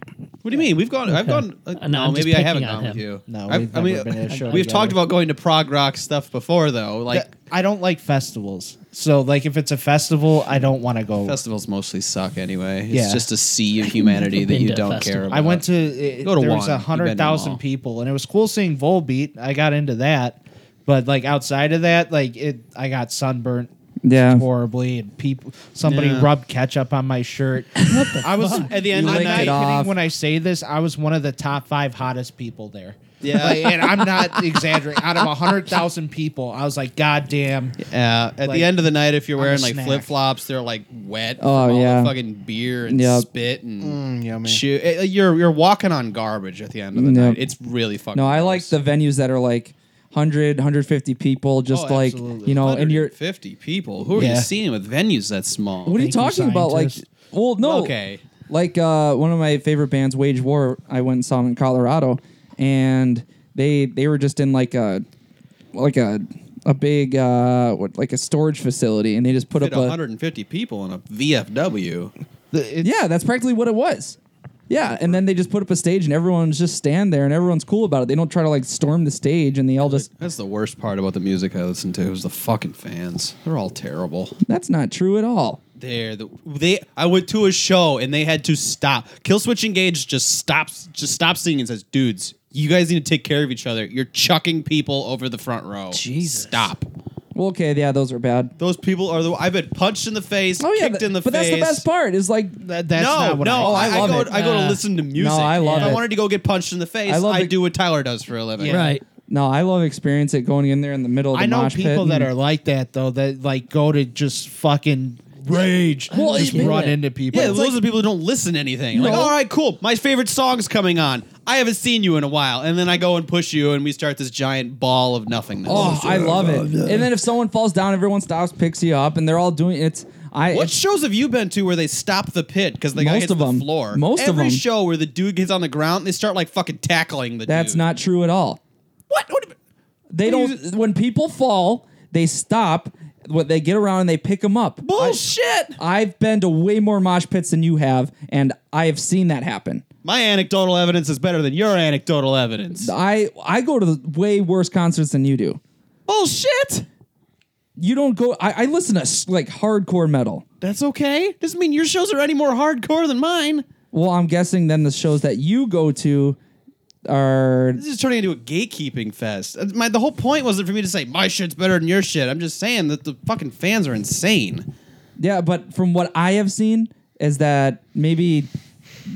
What do you mean? We've gone. I've
Okay.
gone. Uh,
Uh, no,
no,
I'm just
maybe I
picking
haven't
on
gone
him.
with you.
No,
I've-
we've
I mean,
never been at a show
we've
together.
talked about going to prog rock stuff before, though. Like
Th- I don't like festivals. So like if it's a festival, I don't want to go.
festivals mostly suck anyway. It's
Yeah.
just a sea of humanity that
been to
you
a
don't
festival.
care about.
I went to it,
Go to
there
one.
was
You've been
a
to
hundred
them all.
thousand people, and it was cool seeing Volbeat. I got into that, but like outside of that, like it, I got sunburnt
Yeah.
horribly, and people somebody
Yeah.
rubbed ketchup on my shirt. I was at the end.
You
I'm
licked
not
it
kidding
off.
when I say this. I was one of the top five hottest people there.
Yeah.
Like, and I'm not exaggerating. Out of a hundred thousand people, I was like, God damn.
Uh, at
Like,
the end of the night, if you're
I'm a
wearing like
snack.
flip flops, they're like wet. from
Oh,
all the
yeah.
fucking beer and
Yep.
spit and
yummy.
chew. eh, You're you're walking on garbage at the end of the
Yep.
night. It's really fucking.
No, I like
gross.
the venues that are like 100, 150 people, just
Oh,
like,
absolutely.
you know, and you're.
150 people. Who are
Yeah.
you seeing with venues that small?
What are you
Thank you,
talking about? Like,
scientist.
well, no.
Okay.
like uh, one of my favorite bands, Wage War. I went and saw them in Colorado, and they they were just in like a like a a big uh, what like a storage facility, and they just put
Fit
up a
150 people in a VFW.
yeah, that's practically what it was. Yeah, and then they just put up a stage, and everyone's just stand there, and everyone's cool about it. They don't try to like storm the stage, and they all just
That's the worst part about the music I listen to is the fucking fans. They're all terrible.
that's not true at all.
There, the, they. I went to a show and they had to stop. Kill Switch Engage just stops, just stops singing and says, "Dudes, you guys need to take care of each other. You're chucking people over the front row.
Jesus.
stop."
Well, okay, yeah, those are bad.
Those people are the. I've been punched in the face,
Oh yeah,
kicked
but-
in the
but
face.
that's the best part. Is like
That, that's
no,
not what
no, I,
I,
I love
go.
it.
I go to
Uh,
listen to music.
I love
if I
it.
wanted to go get punched in the face,
I
I,
love it.
do what Tyler does for a living.
Yeah. Right.
no, I love experience it going in there in the middle of the
I know
mosh pit
people that
and-
are like that though. That like go to just fucking rage,
Well,
just
it-
run
yeah.
into people.
Yeah, those are the people who don't listen to anything. Like, all right, cool. My favorite song's coming on. I haven't seen you in a while, and then I go and push you, and we start this giant ball of nothingness.
Oh, I love it. And then if someone falls down, everyone stops, picks you up, and they're all doing it's. I
What
it's-
shows have you been to where they stop the pit because the guy
Most
hits
of
the
them.
floor?
Most of
Every
them.
show where the dude gets on the ground, they start like fucking tackling the
that's
dude.
not true at all.
what. what
They don't. When people fall, they stop. What they get around and they pick them up. I-
bullshit.
I've been to way more mosh pits than you have, and I have seen that happen.
My anecdotal evidence is better than your anecdotal evidence.
I I go to the way worse concerts than you do.
Bullshit.
You don't go. I, I listen to s- like hardcore metal.
That's okay. Doesn't mean your shows are any more hardcore than mine.
Well, I'm guessing then the shows that you go to are
This is turning into a gatekeeping fest. Uh, My the whole point wasn't for me to say my shit's better than your shit. I'm just saying that the fucking fans are insane.
yeah. But from what I have seen, is that maybe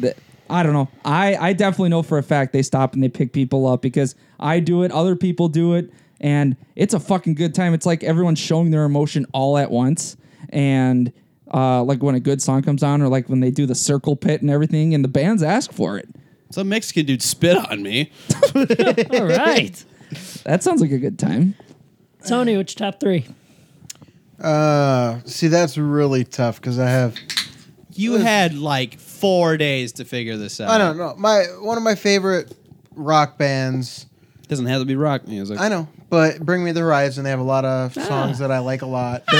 the, I don't know. I I definitely know for a fact they stop and they pick people up because I do it. Other people do it, and it's a fucking good time. It's like everyone's showing their emotion all at once, and. Uh, like when a good song comes on, or like when they do the circle pit and everything, and the bands ask for it.
Some Mexican dude spit on me.
All right.
That sounds like a good time.
Tony, which top three?
Uh, see, that's really tough because I have.
You had like four days to figure this out.
I don't know. My one of my favorite rock bands.
Doesn't have to be rock music.
I know, but Bring Me the Horizon. They have a lot of songs that I like a lot.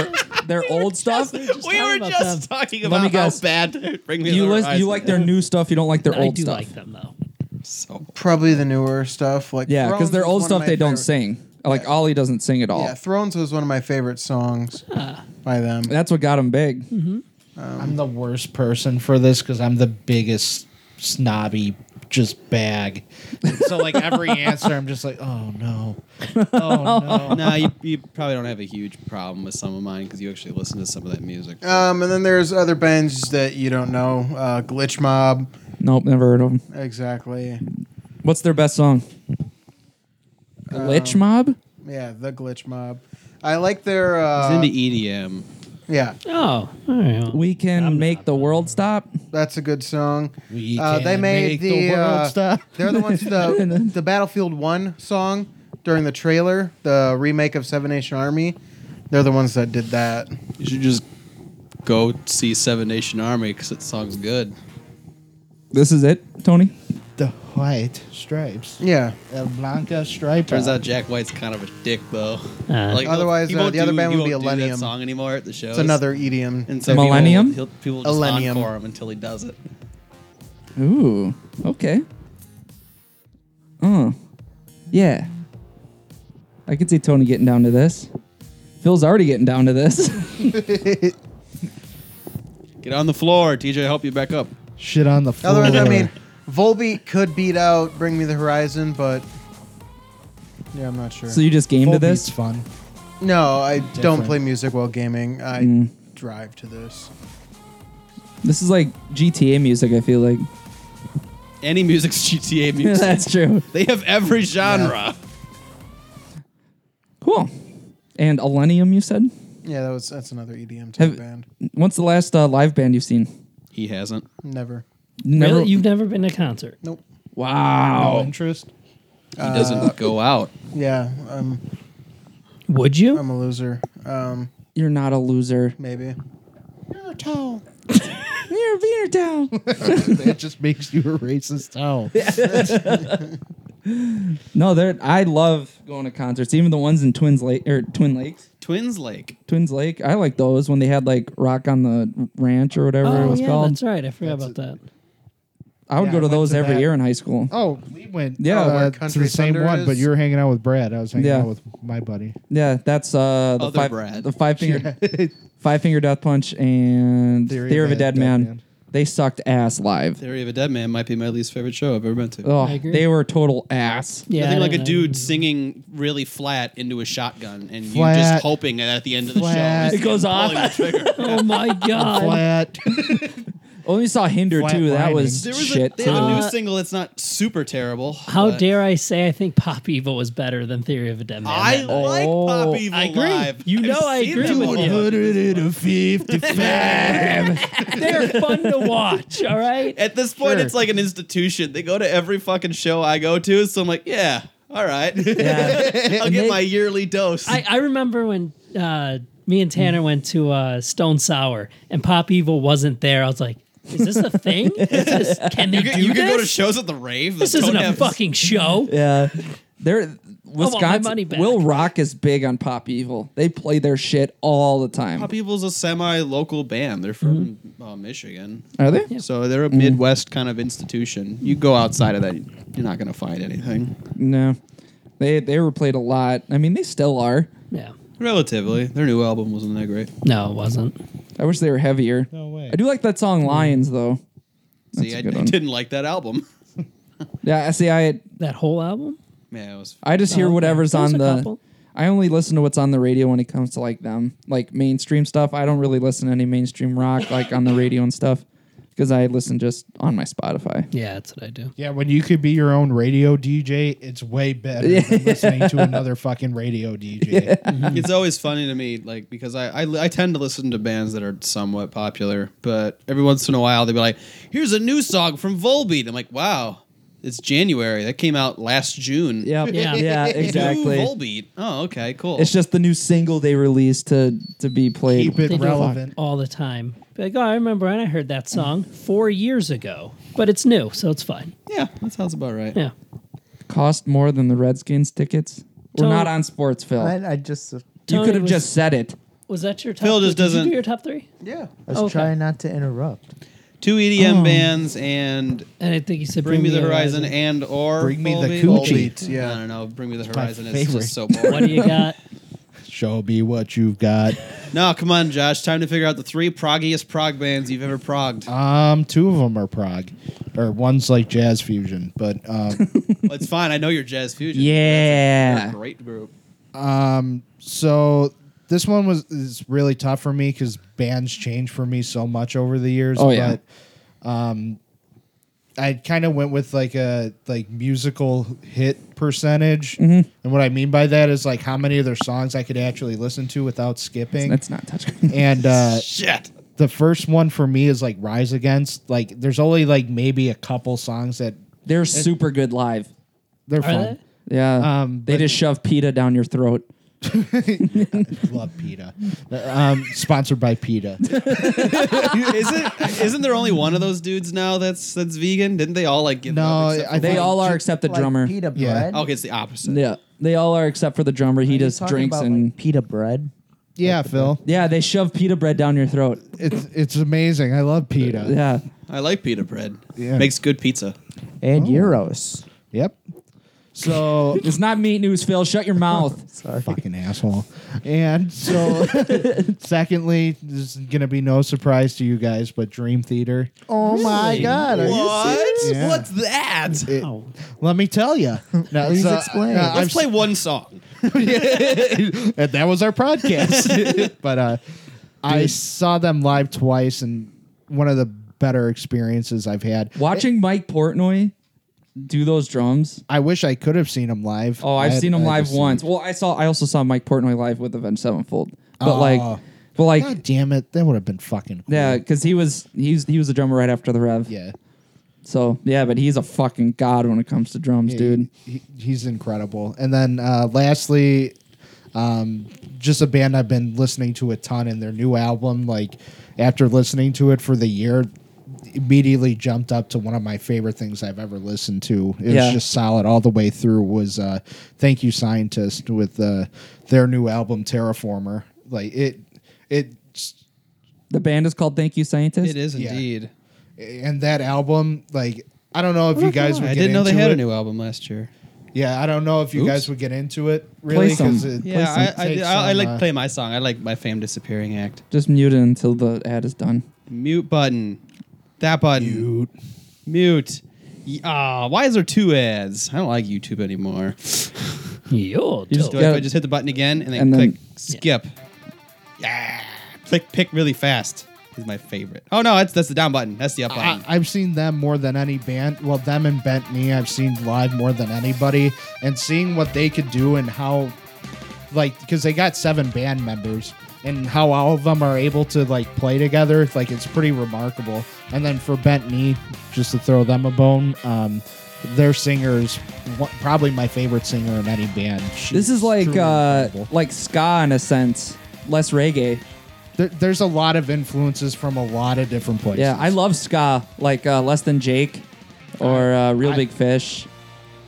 Their old stuff.
we were
about
just talking about
me
how
guess.
bad. Bring me the
You list, you
Horizon
like
is.
their new stuff. You don't like their
I
old
do
stuff.
like them though.
So
Probably the newer stuff, like
Yeah,
Thrones
because their
is
old
one of
stuff
my
they don't
favorite-
sing. Like Ollie doesn't sing at all.
Yeah, Thrones was one of my favorite songs by them.
That's what got him big.
I'm the worst person for this because I'm the biggest snobby just bag. so like every answer, I'm just like, oh no, oh no.
no, you, you probably don't have a huge problem with some of mine because you actually listen to some of that music.
Um, and then there's other bands that you don't know. Uh, Glitch Mob,
Nope, never heard of him.
exactly.
What's their best song?
Um,
Glitch Mob.
Yeah, the Glitch Mob. I like their. Uh,
It's into E EDM.
yeah,
Oh, all right. well,
We can make the world stop.
that's a good song.
We
Uh, they
can
made
make
the, uh, They're the ones the the Battlefield One song during the trailer, the remake of Seven Nation Army. They're the ones that did that.
You should just go see Seven Nation Army because it song's good.
This is it, Tony.
The white stripes,
Yeah.
the Blanca stripe.
Turns out Jack White's kind of a dick, though.
Uh,
Like, he'll-
Otherwise,
he
uh,
won't
the other
do-
band
he
would be
won't do
Millennium.
That song anymore at the show.
It's another EDM.
And so people-
Millennium?
he'll- People, just
Millennium.
encore him until he does it.
Ooh. Okay. Oh. Yeah. I can see Tony getting down to this. Phil's already getting down to this.
Get on the floor, TJ. Help you back up.
Shit on the floor.
Otherwise, I mean, Volbeat could beat out Bring Me the Horizon, but yeah, I'm not sure.
so you just game to
Full
this?
beat's fun.
no, I don't
Different.
play music while gaming. I drive to this.
This is like GTA music, I feel like.
Any music's GTA music.
That's true.
They have every genre.
Cool. And Millennium, you said?
Yeah, that was that's another EDM type
Have-
band.
What's the last uh, live band you've seen?
He hasn't.
Never.
Never.
really, you've never been to a concert.
Nope.
No
wow.
interest.
He
Uh,
doesn't go out.
Yeah, I'm
Would you?
I'm a loser. Um,
You're not a loser.
maybe.
You're a wiener towel.
it just makes you a racist towel.
no, they're, I love going to concerts, even the ones in Twins Lake or Twin Lakes.
Twins Lake.
Twins Lake. I like those when they had like Rock on the Ranch or whatever it
Oh,
was
yeah,
called.
that's right. I forgot about that.
I would
Yeah,
go to
I went
those
to
every
that.
year in high school.
Oh, we went
Yeah.
uh,
Where
to the
Country
same
Thunder
one,
is?
but you were hanging out with Brad. I was hanging
Yeah.
out with my buddy.
Yeah, that's uh, the
Other
five
Brad.
the five finger five finger death punch and theory, of a dead, man. They sucked ass live.
Theory of a Dead Man might be my least favorite show I've ever been to.
Oh,
I agree.
they were total ass.
Yeah,
Nothing
I
like a
don't know.
dude singing really flat into a shotgun, and you
Flat.
just hoping that at the end of the
Flat.
show
It goes off.
pulling the trigger.
Oh my god.
Flat.
Only saw Hinder
Flat
too. That was
There was
shit.
a, they have
too.
a new
Uh,
single that's not super terrible.
How
but-
dare I say I think Pop Evil was better than Theory of a Dead Man?
I
that night.
like Pop
Oh,
Evil
I agree.
Live.
You know I
seen
agree
them
with
all.
you. They're fun to watch, all right?
At this point, it's like an institution. They go to every fucking show I go to, so I'm like, yeah, all right. I'll get
they-
my yearly dose.
I, I remember when uh, me and Tanner went to uh, Stone Sour and Pop Evil wasn't there. I was like, is this a thing? Is this- can they
you
do
can, you
this?
can go to shows at the rave.
this isn't a fucking show.
Yeah. They're Wisconsin.
money back.
Will Rock is big on Pop Evil. They play their shit all the time.
Pop Evil's a semi-local band. They're from
Mm-hmm.
uh, Michigan,
E-
Are they?
so they're a Midwest kind of institution. You go outside of that, you're not going to find anything.
No. They they were played a lot. I mean, they still are.
Yeah.
Relatively, their new album wasn't that great.
No, it wasn't.
I wish they were heavier.
No way.
I do like that song Lions though.
See,
a
I, I
good one.
didn't like that album.
Yeah, I see I
That whole album?
Yeah, it was.
I just
Oh,
hear
okay.
whatever's
There's
on
a
the
couple.
I only listen to what's on the radio when it comes to like them, like mainstream stuff. I don't really listen to any mainstream rock like on the radio and stuff because I listen just on my Spotify.
Yeah, that's what I do.
Yeah, when you could be your own radio DJ, it's way better than listening to another fucking radio DJ.
it's always funny to me, like because I, I I tend to listen to bands that are somewhat popular, but every once in a while they'll be like, "Here's a new song from Volbeat." I'm like, "Wow, it's January. That came out last June."
Yeah,
Yeah.
yeah,
New
exactly.
Volbeat. Oh, okay, cool.
It's just the new single they released to to be played.
Keep it
They do
relevant.
all the time. Be Like, oh, I remember when I heard that song four years ago, but it's new, so it's fine.
yeah, that sounds about right.
Yeah.
Cost more than the Redskins tickets. We're
Tony-
not on sports, Phil.
I, I just uh,
you
Tony
could have
was-
just said it.
Was that your top?
Phil just
did you do
doesn't-
your top three?
Yeah.
I was
Okay.
trying not to interrupt.
Two EDM bands and
And I think you said
Bring Me the Horizon, and or
Bring Me the
Volbeat?
Coochie.
Volbeat, yeah.
I don't know. Bring Me the
my
Horizon is
favorite.
just so
What do
boring.
you got?
Show me what you've got.
no, come on, Josh. Time to figure out the three proggiest prog bands you've ever progged.
Um, two of them are prog, or one's like jazz fusion. But um,
Well, it's fine. I know you're Jazz Fusion. They're
Yeah.
a great group.
um, so this one was is really tough for me because bands change for me so much over the years.
Oh, yeah.
But, um, I kind of went with like a like musical hit percentage,
Mm-hmm.
and what I mean by that is like how many of their songs I could actually listen to without skipping.
That's not touchscreen.
and uh,
Shit.
the first one for me is like Rise Against. Like, there's only like maybe a couple songs that
They're super good live.
they're
Are
fun.
Yeah.
Um,
they
but-
just shove pita down your throat.
Love PETA. Um, sponsored by PETA.
Isn't isn't there only one of those dudes now that's that's vegan? Didn't they all like give
No,
up? except for
I
one?
They
Like,
all are
Ju-
except the
like
drummer.
Pita bread.
Yeah.
okay. It's the opposite.
Yeah. They all are except for the drummer. He
Are you
just
talking
drinks
about,
and
like, pita bread.
Yeah, Phil.
Yeah, they shove pita bread down your throat.
It's it's amazing. I love PETA.
Yeah.
I like pita bread.
Yeah.
Makes good pizza.
Oh.
and euros.
Yep. So
It's not meat news, Phil. Shut your mouth.
Sorry.
fucking asshole. And so secondly, this is gonna be no surprise to you guys, but Dream Theater.
Oh my god! Are you serious?
Yeah.
What's that?
It-
Oh.
Let me tell you.
Please explain.
uh,
Let's play one song.
and uh, that was our podcast. but uh, I saw them live twice, and one of the better experiences I've had.
Watching Mike Portnoy do those drums.
I wish I could have seen them live.
Oh, I've
I-
seen him
I
live
just-
once. Well, I saw I also saw Mike Portnoy live with Avenged Sevenfold. But
Oh.
like but like
God damn it! That would have been fucking. Cool.
yeah, because he was he was he was a drummer right after the Rev.
yeah,
So yeah, but he's a fucking god when it comes to drums, dude.
He- he's incredible. And then uh, lastly, um, just a band I've been listening to a ton, and their new album. Like after listening to it for the year, immediately jumped up to one of my favorite things I've ever listened to. It
Yeah.
was just solid all the way through. Was uh, "Thank You Scientist" with uh, their new album Terraformer. Like it, it,
The band is called Thank You Scientist.
It is
Yeah.
indeed.
and that album. Like I don't know if you guys would.
I
get
didn't know they
into
had
it.
a new album last year.
Yeah, I don't know if you
Oops.
guys would get into it really
some.
because it
Yeah, I, I,
takes
I, I
some,
like
uh,
to play my song. I like my fame disappearing act.
Just mute it until the ad is done.
Mute button. That button. Mute. Mute. Y- Ah, why is there two ads? I don't like YouTube anymore.
Yo,
just
Do
dope.
I, do
Yeah.
I just hit the button again and then
And then-
click skip? Yeah. Click pick really fast is my favorite. Oh no, that's that's the down button. That's the up button.
I, I've seen them more than any band. Well, them and Bent Knee, I've seen live more than anybody. And seeing what they could do and how, like, because they got seven band members and how all of them are able to, like, play together, like, it's pretty remarkable. And then for Bent Knee, just to throw them a bone, um, their singer is one, probably my favorite singer in any band. She's
This is like
truly
uh,
incredible.
like ska in a sense, less reggae.
There- there's a lot of influences from a lot of different places.
Yeah, I love ska, like uh, Less Than Jake or uh, Real Big Fish.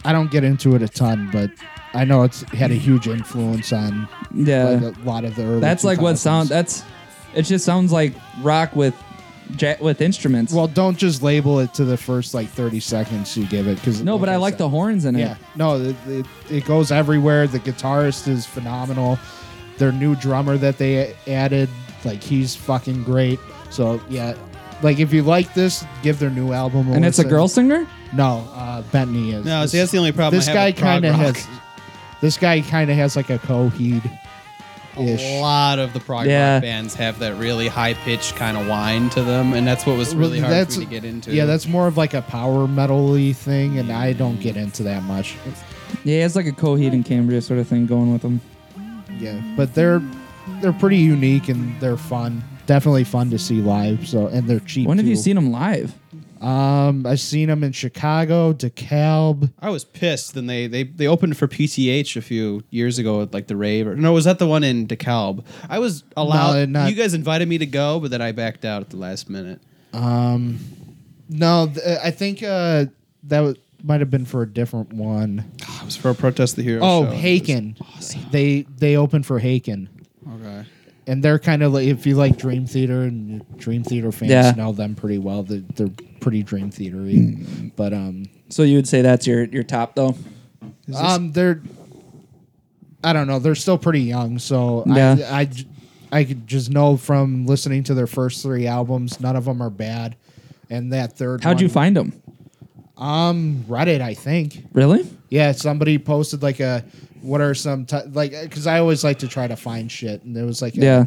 I don't get into it a ton, but I know it's had a huge influence on
Yeah,
like a lot of the early.
that's like what
2000s.
sound. That's it. Just sounds like rock with ja- with instruments.
well, don't just label it to the first like thirty seconds you give it because
no, but I like the horns in it.
Yeah, no, it, it, it goes everywhere. The guitarist is phenomenal. Their new drummer that they added, like he's fucking great. So yeah, like if you like this, give their new album.
and it's a
listen.
girl singer.
No, uh, Bentley is.
no,
This-
see that's the only problem.
this
I have
guy
with prog
kind of
rock.
has. This guy kind of has like a coheed.
a lot of the prog
Yeah.
rock bands have that really high pitched kind of whine to them, and that's what was really hard for me to get into.
Yeah, that's more of like a power metal-y thing, and I don't
Mm.
get into that much.
Yeah, it's like a Coheed and Cambria sort of thing going with them.
Yeah, but they're they're pretty unique and they're fun. Definitely fun to see live. So and they're cheap.
When have you
too.
seen them live?
Um, I've seen them in Chicago, DeKalb.
I was pissed. Then they they they opened for PTH a few years ago at like the rave. Or, no, was that the one in DeKalb? I was allowed.
not-
you guys invited me to go, but then I backed out at the last minute.
No, th- I think uh, that was, might have been for a different one.
I was for a protest the hero.
Oh,
show.
Haken. They they opened for Haken.
Okay.
and they're kind of like if you like Dream Theater and Dream Theater fans
Yeah.
know them pretty well. They're, they're pretty Dream Theatery,
Mm.
but um,
So you would say that's your your top though.
um, they're I don't know. They're still pretty young, so
Yeah.
I, I j- I could just know from listening to their first three albums, none of them are bad, and that third.
How'd you
one-
find them?
Reddit? I think.
Really?
Yeah, somebody posted like a what are some t- like because I always like to try to find shit, and there was like a-
Yeah.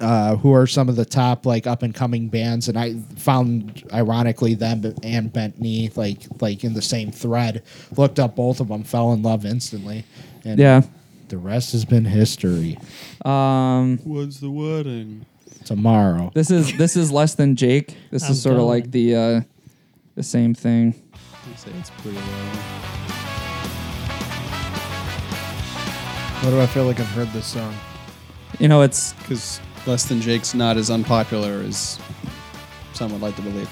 uh, who are some of the top like up and coming bands, and I found ironically them and Bent Knee like like in the same thread. Looked up both of them, fell in love instantly, and
Yeah.
the rest has been history.
Um,
Was the wedding?
Tomorrow,
this is this is less than Jake. This
I'm
is sort of
going.
like the uh, the same thing.
It's pretty low.
What do I feel like I've heard this song?
You know, it's
because less than Jake's not as unpopular as some would like to believe.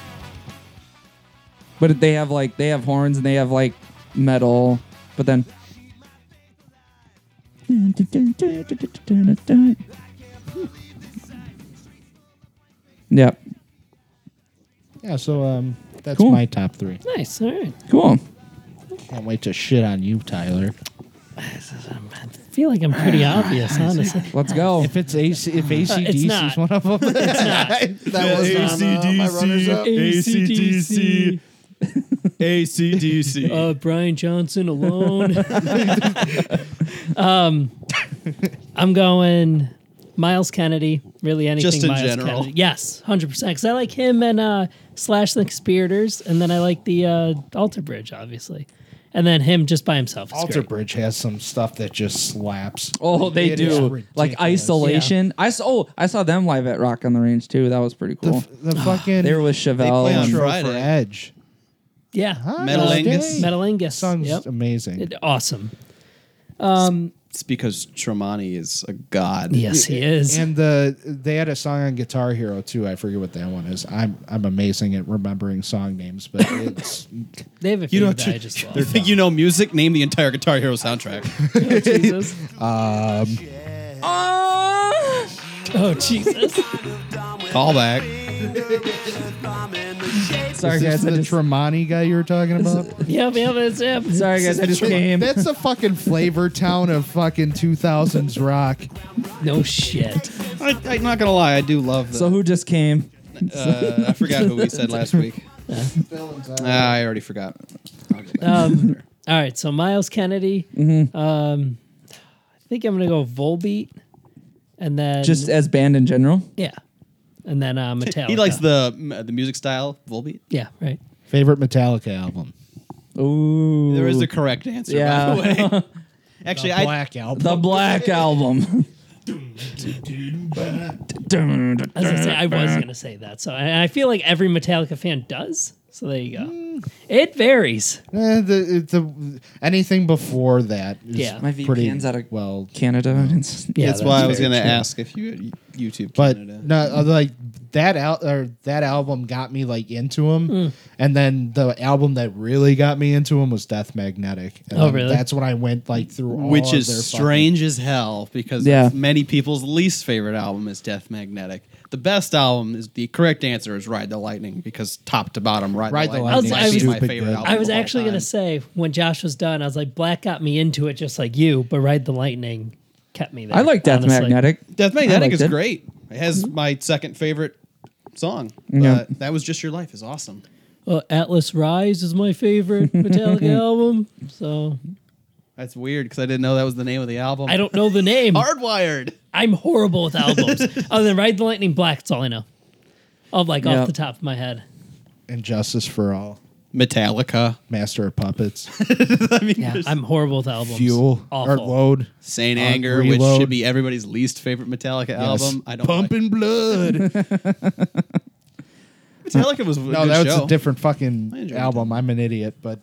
but they have like they have horns and they have like metal, but then yeah,
yeah. So um, that's
Cool.
my top three.
Nice. All right.
cool.
Can't wait to shit on you, Tyler.
I feel like I'm pretty obvious, honestly.
Let's go.
If it's AC, if
it's
ACDC
not.
is one of them,
That was on, uh, my runners up.
ACDC.
ACDC.
Uh, Brian Johnson alone. um, I'm going Miles Kennedy. Really, anything
Just in
Miles
general.
Kennedy. Yes, hundred percent. Because I like him and uh, Slash the Conspirators, and then I like the uh, Alter Bridge, obviously, and then him just by himself. is
Alter
great.
Bridge has some stuff that just slaps.
Oh, they
It is
do like
ridiculous.
isolation. I saw. Oh, I saw them live at Rock on the Range too. That was pretty cool.
The fucking
they were with Chevelle.
play on
and-
intro for
Friday.
Edge.
Yeah, Uh,
Huh?
Metalingus.
Hey.
Metalingus.
Song's
Yep.
amazing.
It- awesome. Um,
It's because Tremonti is a god.
Yes, he is.
And the they had a song on Guitar Hero too. I forget what that one is. I'm I'm amazing at remembering song names, but it's
they have a
You
few
know,
that I just
you
love.
think you know music? Name the entire Guitar Hero soundtrack.
Jesus.
Oh!
Oh, Jesus.
Callback.
Sorry,
is this
guys. I
the
just,
Tremonti guy you were talking about.
yep, yep, it's yep.
sorry, guys. I just came.
That's a fucking flavor town of fucking 2000s rock.
No shit.
I, I'm not gonna lie, I do love. The,
So who just came?
uh, I forgot who we said last week. Ah, I already forgot. I'll go back.
Um, all right, so Miles Kennedy.
Mm-hmm.
Um, I think I'm gonna go Volbeat, and then
Just as band in general.
yeah, and then uh, Metallica.
he likes the uh, the music style Volbeat.
yeah, right.
Favorite Metallica album?
Ooh.
There is the correct answer,
Yeah.
by the way. Actually, I
Black album.
the Black Album.
As I, say, I was gonna say that, so and I feel like every Metallica fan does. So there you go.
Mm.
It varies.
Eh, the, it- the, anything before that is
Yeah.
My
pretty
VPN's out of
well.
Canada. It's-
Yeah,
that's why I was
fair.
gonna ask if you had YouTube
But
Canada.
no, uh, like that out or that album got me like into him,
Hmm.
and then the album that really got me into him was Death Magnetic. And
Oh,
then
really?
That's when I went like through all
which
of their
is strange as hell because
Yeah.
many people's least favorite album is Death Magnetic. The best album is the correct answer is Ride the Lightning because top to bottom, Ride,
Ride the
the Lightning,
Lightning
might
is
be my
stupid
favorite
good.
album.
I was
of all
actually
time.
gonna say when Josh was done, I was like, Black got me into it just like you, but Ride the Lightning kept me there.
I like Death
honestly.
Magnetic.
Death
I
Magnetic
liked
is
it.
great. It has my second favorite song.
Yeah.
But that was just your life is awesome.
Uh, Atlas Rise is my favorite Metallica album. So
That's weird because I didn't know that was the name of the album.
I don't know the name.
Hardwired.
I'm horrible with albums. Other than Ride the Lightning Black, that's all I know. Of like
Yeah.
off the top of my head.
And Justice for All,
Metallica.
Master of Puppets,
Yeah, I'm horrible with albums.
Fuel, or
Awful.
Load,
Saint
Uh,
Anger, which
Reload.
should be everybody's least favorite Metallica album. I don't like.
Pumping Blood.
Metallica was a
No,
good
that was
show.
a different
I
fucking
enjoyed
album. I'm an idiot, but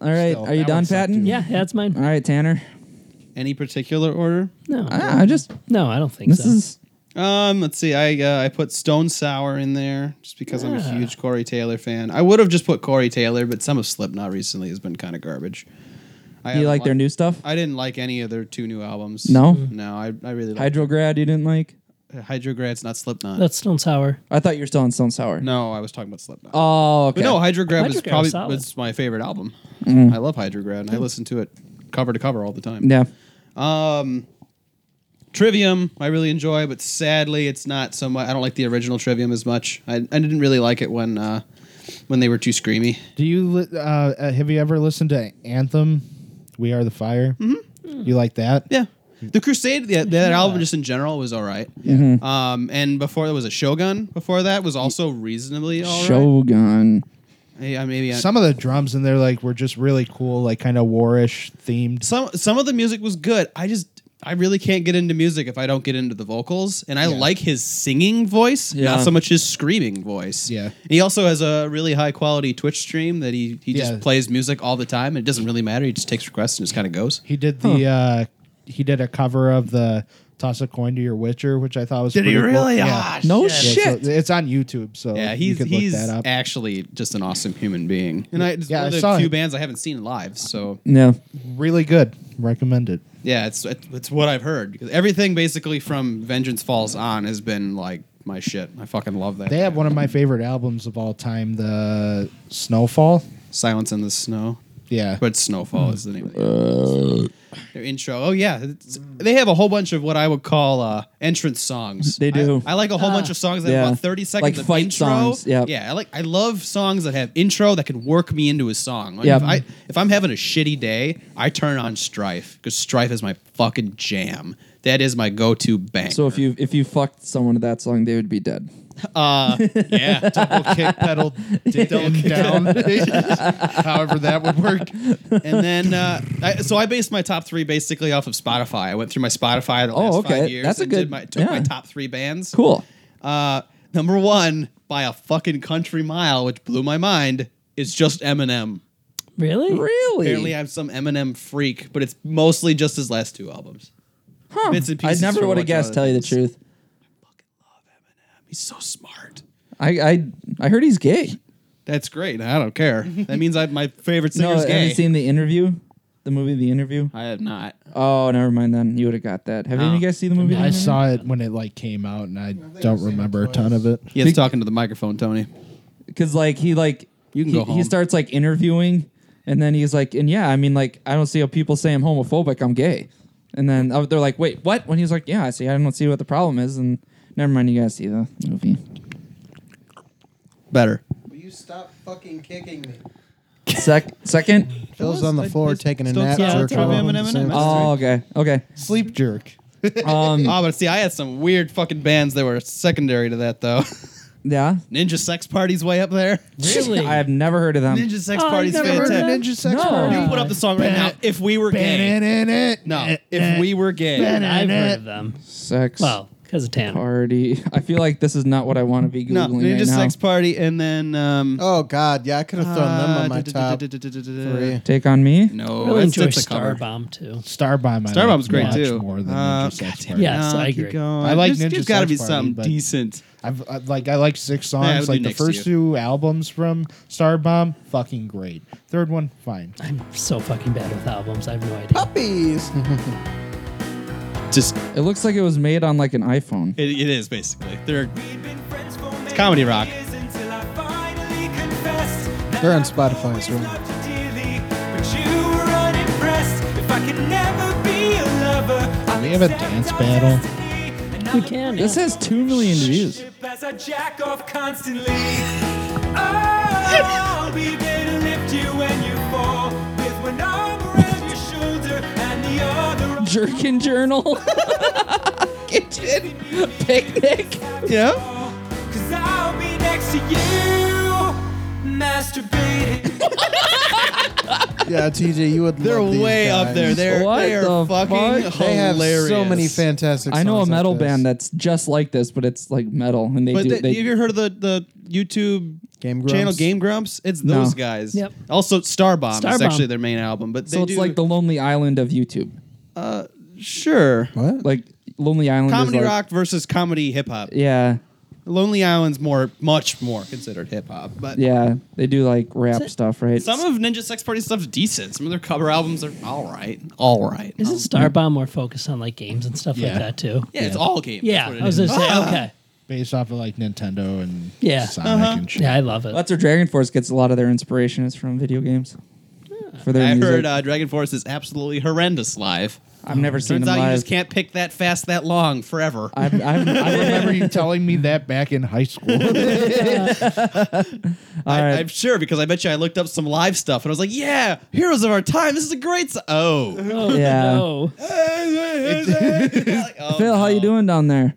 All right.
Still,
Are you
that
done,
one sucked,
Patton?
too.
Yeah, that's mine.
All right, Tanner. Ah,
Any particular order?
No,
I, I just.
no, I don't think
This
so.
is.
Um, let's see. I uh, I put Stone Sour in there just because I'm a
Ah.
huge Corey Taylor fan. I would have just put Corey Taylor, but some of Slipknot recently has been kind of garbage. I
Do you
haven't
like their
li-
new stuff?
I didn't like any of their two new albums.
No?
no. I, I really like
Hydrograd, you didn't like?
Hydrograd's not Slipknot.
that's Stone Sour.
I thought you were still on Stone Sour.
no, I was talking about Slipknot.
Oh, okay. Mm.
But no, Hydrograd is
Hydrograd
probably
was solid.
was my favorite album. I love Hydrograd. I listen to it cover to cover all the time.
Yeah.
Trivium, I really enjoy, but sadly, it's not so much. I don't like the original Trivium as much. I, I didn't really like it when uh, when they were too screamy.
do you li- uh, uh, have you ever listened to Anthem? We Are the Fire. You like that?
Mm-hmm. Yeah. The Crusade, the, that album just in general was all right. Um, and before there was a Shogun. Before that was also reasonably all right.
Shogun.
Yeah, maybe I-
Some of the drums in there, like, were just really cool, like kind of warish themed.
some some of the music was good. I just I really can't get into music if I don't get into the vocals, and I like his singing voice,
Yeah.
not so much his screaming voice.
Yeah.
he also has a really high quality Twitch stream that he he
Yeah.
just plays music all the time. It doesn't really matter. He just takes requests and just kind of goes.
He did the uh, he did a cover of the Toss a Coin to Your Witcher, which I thought was
Did he
pretty cool.
really?
Yeah.
Ah,
No
Yeah, so
shit.
it's on YouTube, so
Yeah,
you
he's
could look
he's
that up.
actually just an awesome human being, and I it's
Yeah,
one
I
of the
saw
few
him.
bands I haven't seen live. So
No.
really good. Recommend it.
yeah, it's it's what I've heard because everything basically from Vengeance Falls on has been like my shit. I fucking love that.
They have
band.
one of my favorite albums of all time, the Snowfall.
Silence in the Snow.
Yeah,
But Snowfall is the name of the
Uh,
album. Their intro. Oh yeah, It's- they have a whole bunch of what I would call uh, entrance songs.
They do.
I, I like a whole bunch of songs that
Yeah.
have about thirty seconds
Like
of
fight
intro.
songs, yep.
Yeah, I like. I love songs that have intro that can work me into a song. Like,
Yep.
If, I, if I'm having a shitty day, I turn on Strife because Strife is my fucking jam. That is my go-to bang.
So if you if you fucked someone to that song, they would be dead.
yeah,
double kick pedal dick and down. However, that would work.
and then uh, I, so I based my top three basically off of Spotify. I went through my Spotify the
Oh,
last
okay.
five years
That's a
and
good-
did my, took my
yeah.
top three bands.
Cool.
Uh, number one by a fucking country mile, which blew my mind, is just Eminem.
Really?
Really?
Apparently, I'm some Eminem freak, but it's mostly just his last two albums.
Huh.
bits and
I
pieces
never
from
would
a bunch
have
of
guessed.
other
Tell you the
things.
truth.
He's so smart.
I I, I heard he's gay.
That's great. I don't care. That means I, my favorite
No,
singer's
have
gay.
you seen the interview? The movie The Interview.
I have not.
Oh, never mind then. You would have got that. Have any
No.
of you guys seen the movie? The
I
Mm-hmm.
Interview?
saw it when it like came out, and I
I've
don't
seen it
remember a ton of it.
He is talking to the microphone, Tony.
because like he like
You can
he,
go
he
home.
starts like interviewing and then he's like and yeah i mean like i don't see how people say i'm homophobic i'm gay and then uh, they're like wait what when he's like yeah i see i don't see what the problem is and never mind you guys see the movie
Better.
Will you stop fucking kicking me?
Sec- second
Phil's on the floor taking a nap.
yeah,
jerk
that's
off.
right.
Eminem, Eminem.
oh okay okay
Sleep jerk.
um
Oh, but see, I had some weird fucking bands that were secondary to that, though.
yeah
Ninja Sex Party's way up there.
Really?
i have never heard of them
Ninja Sex
Oh, I've
Party's
never heard of
fantastic.
Ninja sex
No.
party.
You
Put up the song right now. If we were gay. No,
Eh,
if we were gay.
I've heard of them.
sex
Well, because of Tanner.
party i feel like this is not what i want to be googling
No,
right
Ninja
now
Sex Party, and then. um,
Oh God, yeah, I could have thrown them on
uh,
my
da- da-
top
da- da- da- da- da- da-
three.
take on me
No,
I really
it's,
enjoy
it's a cover.
Starbomb too.
Starbomb. I
Starbomb's
like
great
much
too.
More than
Uh,
Ninja Sex
God
Party.
Yes,
No,
I
keep
agree.
going.
I like
There's-
Ninja
There's got to be
Sex Party,
something
but-
decent.
I've, I like I like six songs.
Yeah, it would be
like the
next to
first two albums from Starbomb, fucking great. Third one, fine.
I'm so fucking bad with albums. I have no idea.
Puppies.
Just
it looks like it was made on like an iphone
it, it is basically. They're it's comedy rock.
They're on Spotify as well.
We have a dance battle.
We can.
this
yeah.
has 2 million views
As I jack off constantly. Oh, I'll be there to lift you when you fall. With one arm around your shoulder and the other arm
Jerkin Journal. Kitchen. Picnic.
Yeah.
Cause I'll be next to you, masturbating.
Yeah, TJ, you would.
They're
love these
way up
guys.
there. They're
What
they
the
are fucking
fuck?
They have
hilarious.
so many fantastic.
I know a
songs like
metal
this.
band that's just like this, but it's like metal, and they
But
do.
the,
they,
have you heard of the the YouTube
Game
channel
Grumps.
Game Grumps? It's
No.
those guys.
Yep.
Also, Starbomb, is
Starbomb.
actually their main album, but they
so it's
do,
like the Lonely Island of YouTube.
sure
What?
Like Lonely Island. is
comedy
like-
rock versus comedy hip hop.
Yeah,
Lonely Island's more, much more considered hip hop, but
yeah. They do like rap stuff, right?
Some of Ninja Sex Party stuff's decent. Some of their cover albums are all right. All right.
Isn't Starbomb more focused on like games and stuff like
Yeah.
that too?
yeah, it's all game.
Yeah, I was gonna say okay.
Based off of like Nintendo and
Yeah.
Sonic
Uh-huh.
and shit.
Yeah, I love it.
that's where Dragon Force gets a lot of their inspiration is from video games. For their
I
music,
heard uh, Dragon Force is absolutely horrendous live.
I've never seen
Turns
them
out
live.
you just can't pick that fast that long forever.
I've, I've,
I
I've,
remember you telling me that back in high school.
all
I,
right.
I'm sure because I bet you I looked up some live stuff and I was like, yeah, Heroes of Our Time. This is a great. So- oh.
oh
Yeah.
no.
Like, oh,
Phil, how you
no.
doing down there?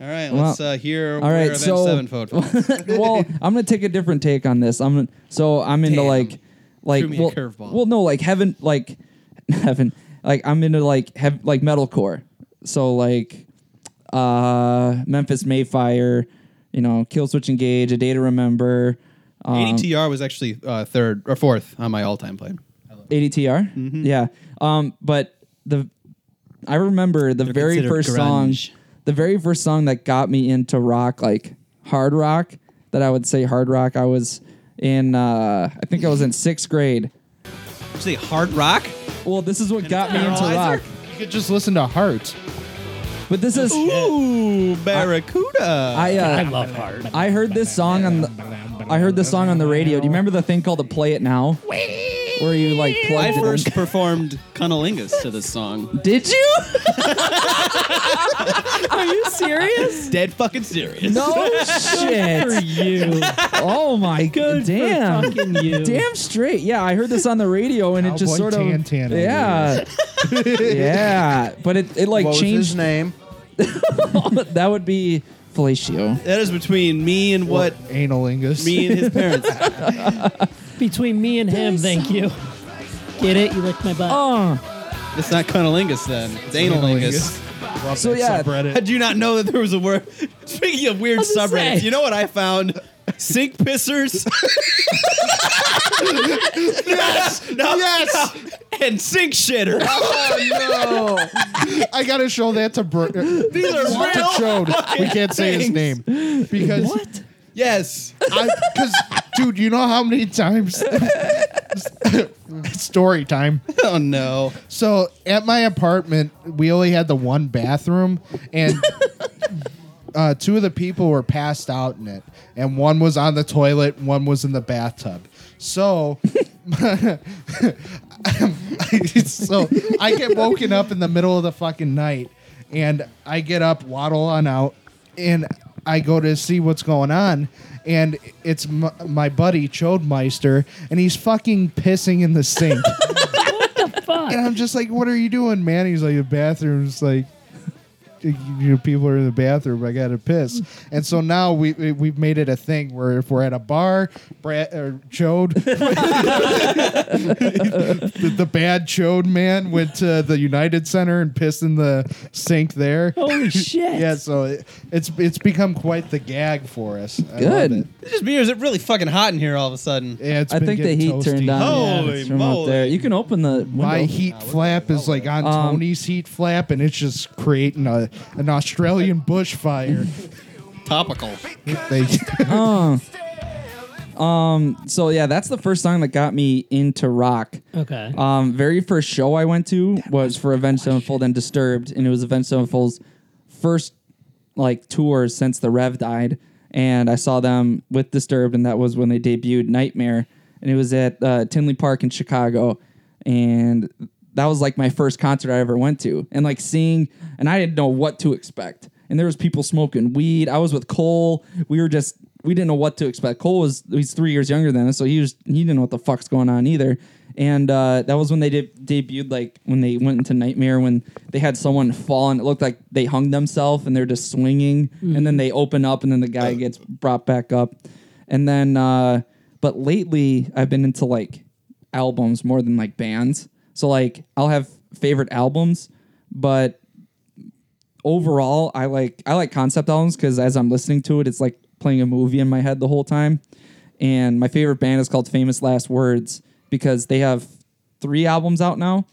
All right,
Well,
let's uh, hear
all right,
where Avenged
so- um,
Sevenfold falls.
well, I'm gonna take a different take on this. I'm gonna, so I'm into
Damn.
like like
Threw me a
well,
curveball.
well no like heaven like heaven like I'm into like hev- like metalcore. So like uh Memphis Mayfire, you know, Killswitch Engage, A Day to Remember, um,
ADTR was actually uh, third or fourth on my all time play.
ADTR.
Mm-hmm.
Yeah. Um, but the I remember the very
considered
first song,
grunge.
the very first song that got me into rock, like hard rock, that I would say hard rock. I was in, uh, I think I was in sixth grade.
Actually, Hard Rock?
Well, this is what got me into
Analyzer?
rock.
you could just listen to Heart.
But this is
Ooh, Barracuda.
I.
I
Uh,
love hard.
I heard this song on the, I heard this song on the radio. Do you remember the thing called the Play It Now? Where you like
I
plugged it in?
first performed Cunnilingus to this song.
Did you? Are you serious?
Dead fucking serious.
No
Oh,
shit.
you.
Oh my good damn.
fucking you.
Damn straight. Yeah, I heard this on the radio and it just
Cowboy
sort of
Tantan over
Yeah. yeah, but it, it like
What was his
changed
name?
that would be Felatio.
That is between me and what
Analingus.
me and his parents.
Between me and him, thank you. Get it? You licked my butt.
Oh,
it's not Cunnilingus then. It's Analingus.
so yeah.
I do not know that there was a word. Speaking of weird
How's it
subreddits,
say?
you know what I found? Sink pissers. yes, yes, and sink shitter.
I gotta show that to Bert. These
are real
We can't say his
things.
name because
Yes,
I because dude, you know how many times story time.
oh no.
So at my apartment, we only had the one bathroom, and uh, two of the people were passed out in it, and one was on the toilet, and one was in the bathtub. So. so I get woken up in the middle of the fucking night, and I get up, waddle on out, and I go to see what's going on, and it's m- my buddy Chodemeister, and he's fucking pissing in the sink. And I'm just like, what are you doing, man? He's like, the bathroom's like, you know, people are in the bathroom. I got to piss. And so now we, we, we've made it a thing where if we're at a bar, Brad or Chode, the, the bad Chode man went to the United Center and pissed in the sink there.
Holy shit.
Yeah, so it, it's it's become quite the gag for us. I love
Good.
it.
It's just me, or is it really fucking hot in here all of a sudden?
Yeah, it's
I
been
think the
getting
heat
toasty.
turned on.
Holy
yeah, it's from up there.
moly.
You can open the window.
My heat flap is like on
Um,
Tony's heat flap, and it's just creating a, an Australian bushfire.
Topical.
they,
Oh. Um. So yeah, that's the first song that got me into rock.
Okay.
Um, very first show I went to was for Avenged Sevenfold and Disturbed, and it was Avenged Sevenfold's first like tour since the Rev died, and I saw them with Disturbed, and that was when they debuted Nightmare, and it was at uh, Tinley Park in Chicago, and that was like my first concert I ever went to, and like seeing, and I didn't know what to expect, and there was people smoking weed. I was with Cole. We were just. We didn't know what to expect. Cole was he's three years younger than us, so he was he didn't know what the fuck's going on either and uh, that was when they did, debuted like when they went into nightmare when they had someone fall and it looked like they hung themselves and they're just swinging and then they open up and then the guy gets brought back up and then uh, but lately i've been into like albums more than like bands so like i'll have favorite albums but overall i like i like concept albums because as i'm listening to it it's like playing a movie in my head the whole time and my favorite band is called famous last words because they have three albums out now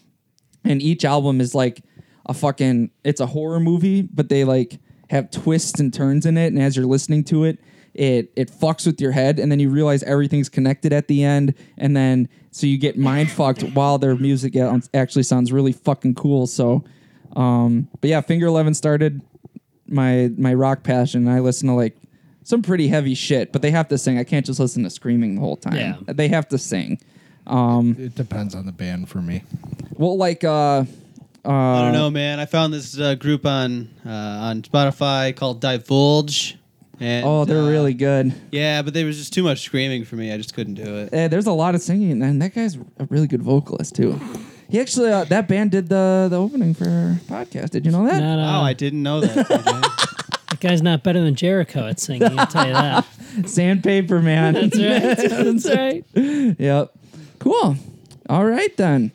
and each album is like a fucking it's a horror movie but they like have twists and turns in it and as you're listening to it it it fucks with your head and then you realize everything's connected at the end and then so you get mind fucked while their music a- actually sounds really fucking cool so um but yeah finger 11 started my my rock passion and i listen to like some pretty heavy shit but they have to sing i can't just listen to screaming the whole time
Yeah.
they have to sing
it depends on the band for me.
well like uh
I don't know, man. I found this uh, group on uh, on Spotify called Divulge. And,
oh they're
uh,
really good
Yeah, but there was just too much screaming for me. I just couldn't do it.
Uh, there's a lot of singing, and that guy's a really good vocalist too. He actually uh, that band did the the opening for our podcast. Did you know that?
Not, uh,
Oh, I didn't know that. TJ.
that guy's not better than Jericho at singing, I'll tell you that.
Sandpaper man.
That's right. That's right.
yep. Cool. All right then.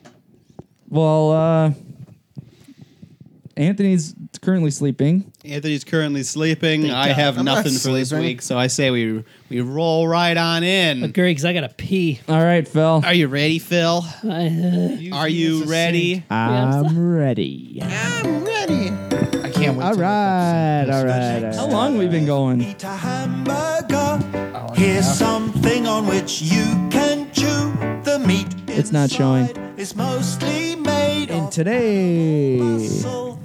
Well, uh, Anthony's currently sleeping.
Anthony's currently sleeping. I
God.
have
I'm not
nothing for this
sleeping.
week, so I say we we roll right on in.
Agree, because I got to pee.
All right, Phil.
Are you ready, Phil?
I,
Are you ready?
I'm ready.
I'm ready.
I can't wait.
All
to
right, all right.
How long we been going?
Eat a hamburger. Here's something on which you can chew. The meat
It's not showing.
inside is mostly made
And
of
today,
muscle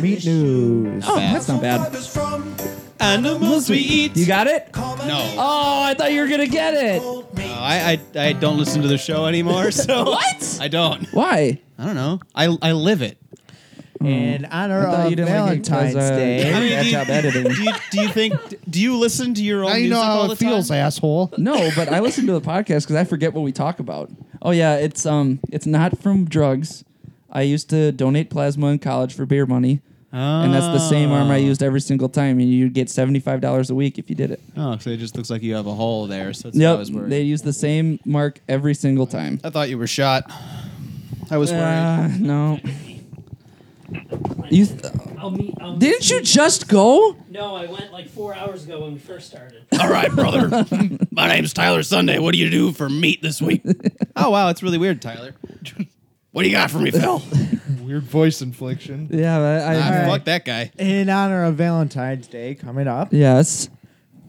meat news.
Oh, that's not bad.
fibers from
Animals we eat.
You got it?
common
No.
Oh, I thought you were gonna get it.
old meat.
I, I I don't listen to the show anymore. So
What?
I don't.
Why?
I don't know. I I live it.
In honor
Hmm. I thought
of
you didn't like it 'cause,
Valentine's
uh,
Day.
I mean,
That's
do
how bad it
you,
is.
do you do you think do you listen to your own
Now you
music
know
all
how
the
it feels,
time?
asshole.
No, but I listen to the podcast because I forget what we talk about. Oh yeah, it's um, it's not from drugs. I used to donate plasma in college for beer money, and that's the same arm I
Oh.
used every single time. And you'd get seventy five dollars a week if you did it.
Oh, so it just looks like you have a hole there. So that's what I
Yep,
was worried.
they use the same mark every single time.
I thought you were shot. I was worried.
Uh, no. You th-
I'll meet. I'll meet
Didn't you just go?
No, I went like four hours ago when we first started.
All right, brother. My name's Tyler Sunday. What do you do for meat this week? oh wow, it's really weird, Tyler. What do you got for me, Phil?
Weird voice infliction.
Yeah, I.
Ah,
I
Fuck that guy.
In honor of Valentine's Day coming up,
Yes.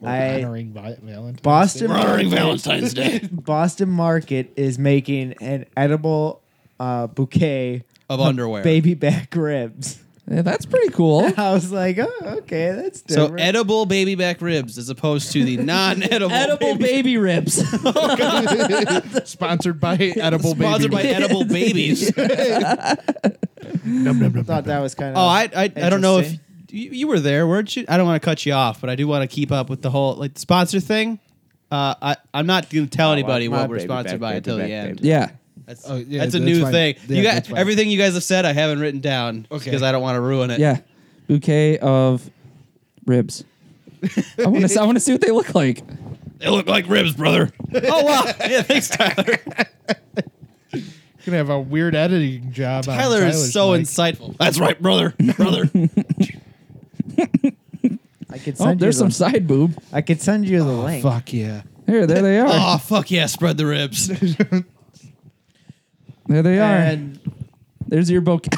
I
Honoring Vi- Valentine's
Boston
We're honoring
Market,
Valentine's Day
Boston Market is making an edible uh, bouquet
of underwear.
baby back ribs.
Yeah, that's pretty cool.
I was like, oh, okay, that's
So
different.
edible baby back ribs as opposed to the non-edible
Edible baby ribs.
Day. Sponsored by Edible
sponsored by
Baby.
edible babies.
thought that was kind of.
Oh, I I, I don't know if
Interesting.
you, you were there, weren't you? I don't want to cut you off, but I do want to keep up with the whole like sponsor thing. Uh, I I'm not going to tell anybody
my
what we're
baby
sponsored
back,
by
baby
until the
back,
end.
baby.
yeah.
That's,
Oh, yeah,
that's a
that's
new
fine.
thing.
Yeah,
you
that's
got
fine.
everything you guys have said. I haven't written down
Okay.
because I don't want to ruin it.
Yeah. Bouquet of ribs. I want to. I want to see what they look like.
They look like ribs, brother. oh wow! Yeah, thanks, Tyler.
Gonna have a weird editing job. on
Tyler is
Tyler's
so
mic.
insightful. That's right, brother. Brother.
I could
Oh,
send you
there's some
the,
side boob.
I could send you the link.
Fuck yeah.
Here, there they are.
oh fuck yeah! Spread the ribs.
There they are.
And
There's your bouquet.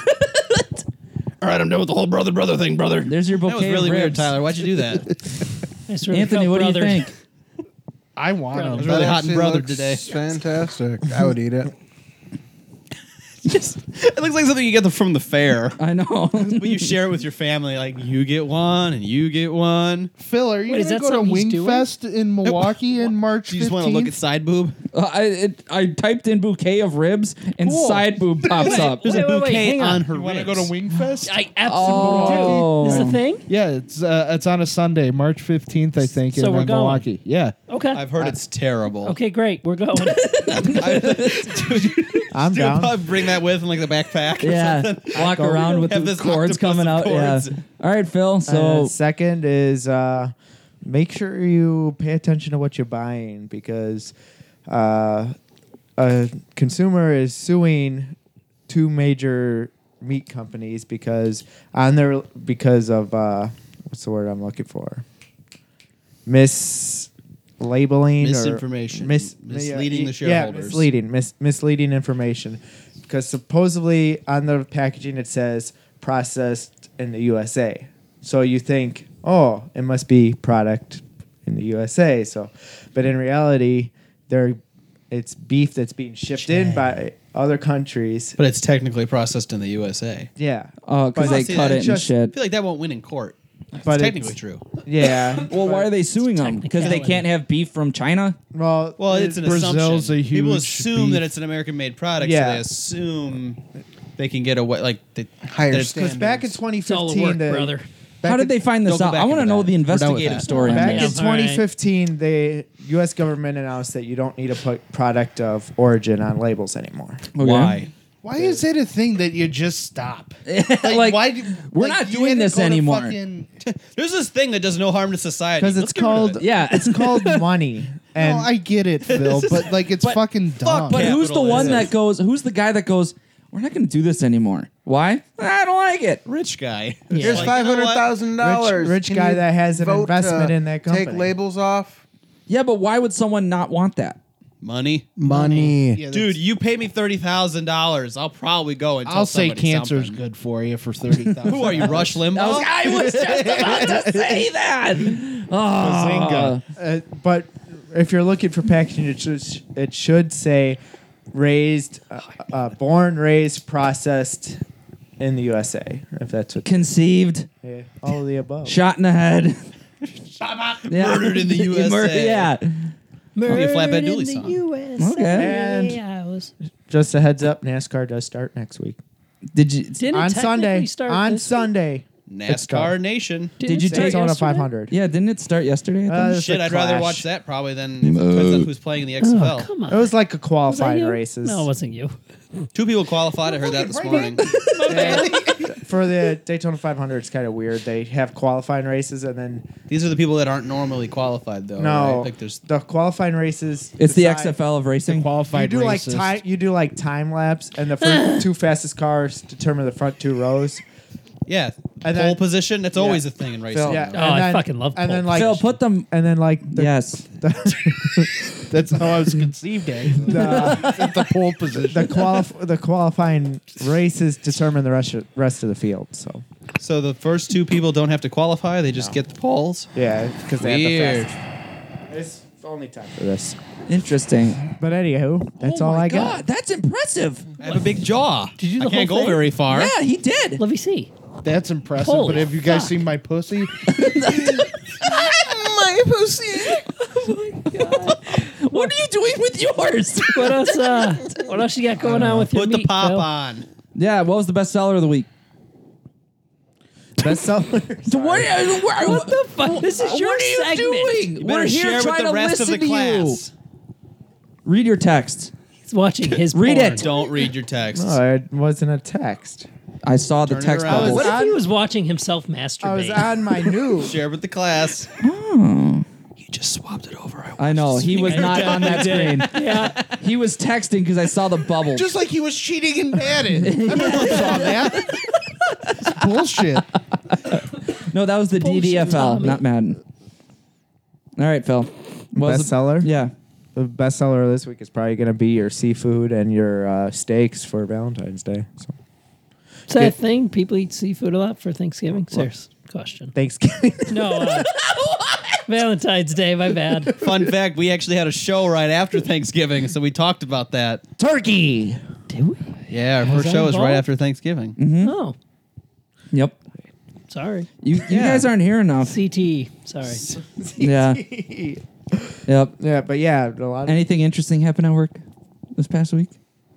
All right, I'm done with the whole brother brother thing, brother.
There's your
that
bouquet.
was really
of ribs.
weird, Tyler. Why'd you do that? It
Anthony, what do you think?
I want
Brother.
him.
was really hot and
actually
brother
looks
today.
Fantastic. I would eat it.
Just, it looks like something you get from the fair.
I know.
But you share it with your family, like you get one and you get one.
Phil, are you
Wait, is
gonna
that
go to
something he's doing?
Wingfest in Milwaukee in March?
You just want to look at
15th?
side boob.
Uh, I it, I typed in bouquet of ribs and
Cool.
side boob pops up.
Wait, wait, wait, hang on.
her
You want to
ribs.
go to Wingfest?
I absolutely did.
Oh.
This is a thing.
yeah, it's uh, it's on a Sunday, March fifteenth, I think,
So
in
we're
uh,
going.
Milwaukee. Yeah,
Okay.
I've heard it's terrible.
okay, great. We're going.
I'm
Dude,
down.
probably bring that with in like the backpack. or
Yeah,
something.
walk around with
Have
the
this
cords
octopus
coming out.
cords.
Yeah. All right, Phil.
So
So
Uh, second is uh, make sure you pay attention to what you're buying because uh, a consumer is suing two major meat companies because on their because of uh, what's the word I'm looking for mislabeling or
Misinformation.
mis-
Misleading
yeah,
the
yeah,
shareholders.
misleading mis- misleading information because supposedly on the packaging it says processed in the USA. So you think, oh, it must be product in the USA. So, but in reality, there it's beef that's being shipped in by other countries.
But it's technically processed in the USA.
Yeah,
Oh, 'cause
But-
they cut it and
just-
I
shit.
feel like that won't win in court. It's
But
technically
it's-
true.
yeah.
Well, why are they suing them? Because they can't have beef from China.
Well,
Well, it's an
Brazil's
assumption.
a
People
huge
assume
beef-
that it's an American-made product, so
Yeah.
they assume they can get away. Like they,
Higher
that it's-
standard.
because back in
It's all the
2015,
work,
the-
brother.
back
How did
in-
they find this
Don't go
out? I
back
want to
into
know
that.
the
We're done with
investigative
that.
story. on
Back
this.
in
Yeah. All right.
2015, the U.S. government announced that you don't need a pu- product of origin on labels anymore.
Okay.
why?
Why is it a thing that you just stop?
Like,
do-
we're
like,
not
you
doing
had to
this
go to
anymore.
fucking-
There's this thing that does no harm to society.
Because it's
Let's get rid of
called
it.
Yeah, it's
it's called money. And
no,
Oh,
I get it, Phil, but like it's fucking dumb.
But who's the one
Capitalism.
that goes? Who's the guy that goes? We're not going to do this anymore. Why? I don't like it.
rich guy.
Here's
Like, you
five
know
hundred
what?
thousand dollars.
Rich- rich guy that has an investment in that
Take
company.
labels off.
Yeah, but why would someone not want that?
money.
Money.
Yeah, that's-
Dude, you pay me thirty thousand dollars, I'll probably go and.
I'll say cancer's
good.
good for you for thirty thousand.
Who are you, Rush
I was,
Limbaugh?
I was just about to say that. Oh,
uh, but if you're looking for packaging, it should it should say raised, uh, uh, born, raised, processed in the USA. If that's what
conceived,
yeah, all of the above.
shot in the head, Yeah.
Murdered in the
You
USA.
mur- Yeah.
Probably a flatbed dually song.
Okay.
And just a heads up, NASCAR does start next week
Did you?
Didn't
on
it
Sunday.
technically start
on
this-
Sunday,
NASCAR Nation.
Didn't
Did you
it start
take
Daytona
yesterday?
500.
Yeah, didn't it start yesterday? I
Uh,
think?
it's
Shit,
a
I'd rather
clash.
watch that probably than depends on who's playing in the
Oh,
XFL.
come on.
It was like a
Was that
qualifying
you?
races
No, it wasn't you.
Two people qualified. I heard that this morning.
for the Daytona 500. It's kind of weird. They have qualifying races and then
These are the people that aren't normally qualified, though.
no,
right? like Oh, there's
the qualifying races.
It's the
decide-
XFL of racing.
You
qualified
do like
racist.
time. You do like time lapse, and the first two fastest cars determine the front two rows.
yeah.
And
pole
then-
position. That's always a thing in racing.
Phil,
Yeah.
and
Oh, I fucking love
And then
pole
like
Phil, put them.
and then like the,
Yes.
That's how I was conceived. Dave.
the,
At the pole position.
the qualif- the qualifying races determine the rest of, rest of the field. So
So the first two people don't have to qualify; they just get the poles.
yeah, because they
Weird.
have the fastest. It's only time for this.
Interesting.
But anywho, that's
Oh
all
my
I
God,
got.
That's impressive.
I have a big jaw.
Did you do
I
the
can't
whole
go
thing?
very far.
Yeah, he did.
Let me see.
That's impressive.
Holy
but have you guys
fuck.
seen my pussy?
My pussy. what are you doing with yours?
What else? Uh, what else you got going on with your
Put the
meat,
pop
Phil?
on.
yeah. What was the best seller of the week?
Best sellers.
So what, uh, what,
What the fuck? This is your
what are you
segment.
doing?
You better
We're here
share with
trying
the
to
rest of
listen
the
to you.
class.
Read your text.
He's watching his.
Read
porn.
it.
Don't read your texts.
No, Oh, it wasn't a text.
I saw the
Turn it
text
around.
bubbles.
What if
I-
he was watching himself masturbate?
I was on my new.
Share with the class.
You just swapped it over.
I know he was not on that screen.
Yeah.
He was texting because I saw the bubble.
Just like he was cheating and padded. I never saw that. It's bullshit.
no, that was the
Bullshit,
DDFL,
Tommy.
not Madden. All right, Phil. What was
Best
the-
seller?
Yeah.
The best seller this week is probably going to be your seafood and your uh, steaks for Valentine's Day. So
Is that a thing? People eat seafood a lot for Thanksgiving. Serious question.
Thanksgiving.
No. Uh, Valentine's Day. My bad.
Fun fact: We actually had a show right after Thanksgiving, so we talked about that.
Turkey.
Did we?
Yeah, our first
that
show was right
involved?
after Thanksgiving.
Oh,
Yep.
sorry.
You, you guys aren't here enough.
CTE. Sorry.
yeah. Yep.
Yeah, but yeah, a lot. Of,
Anything interesting happen at work this past week?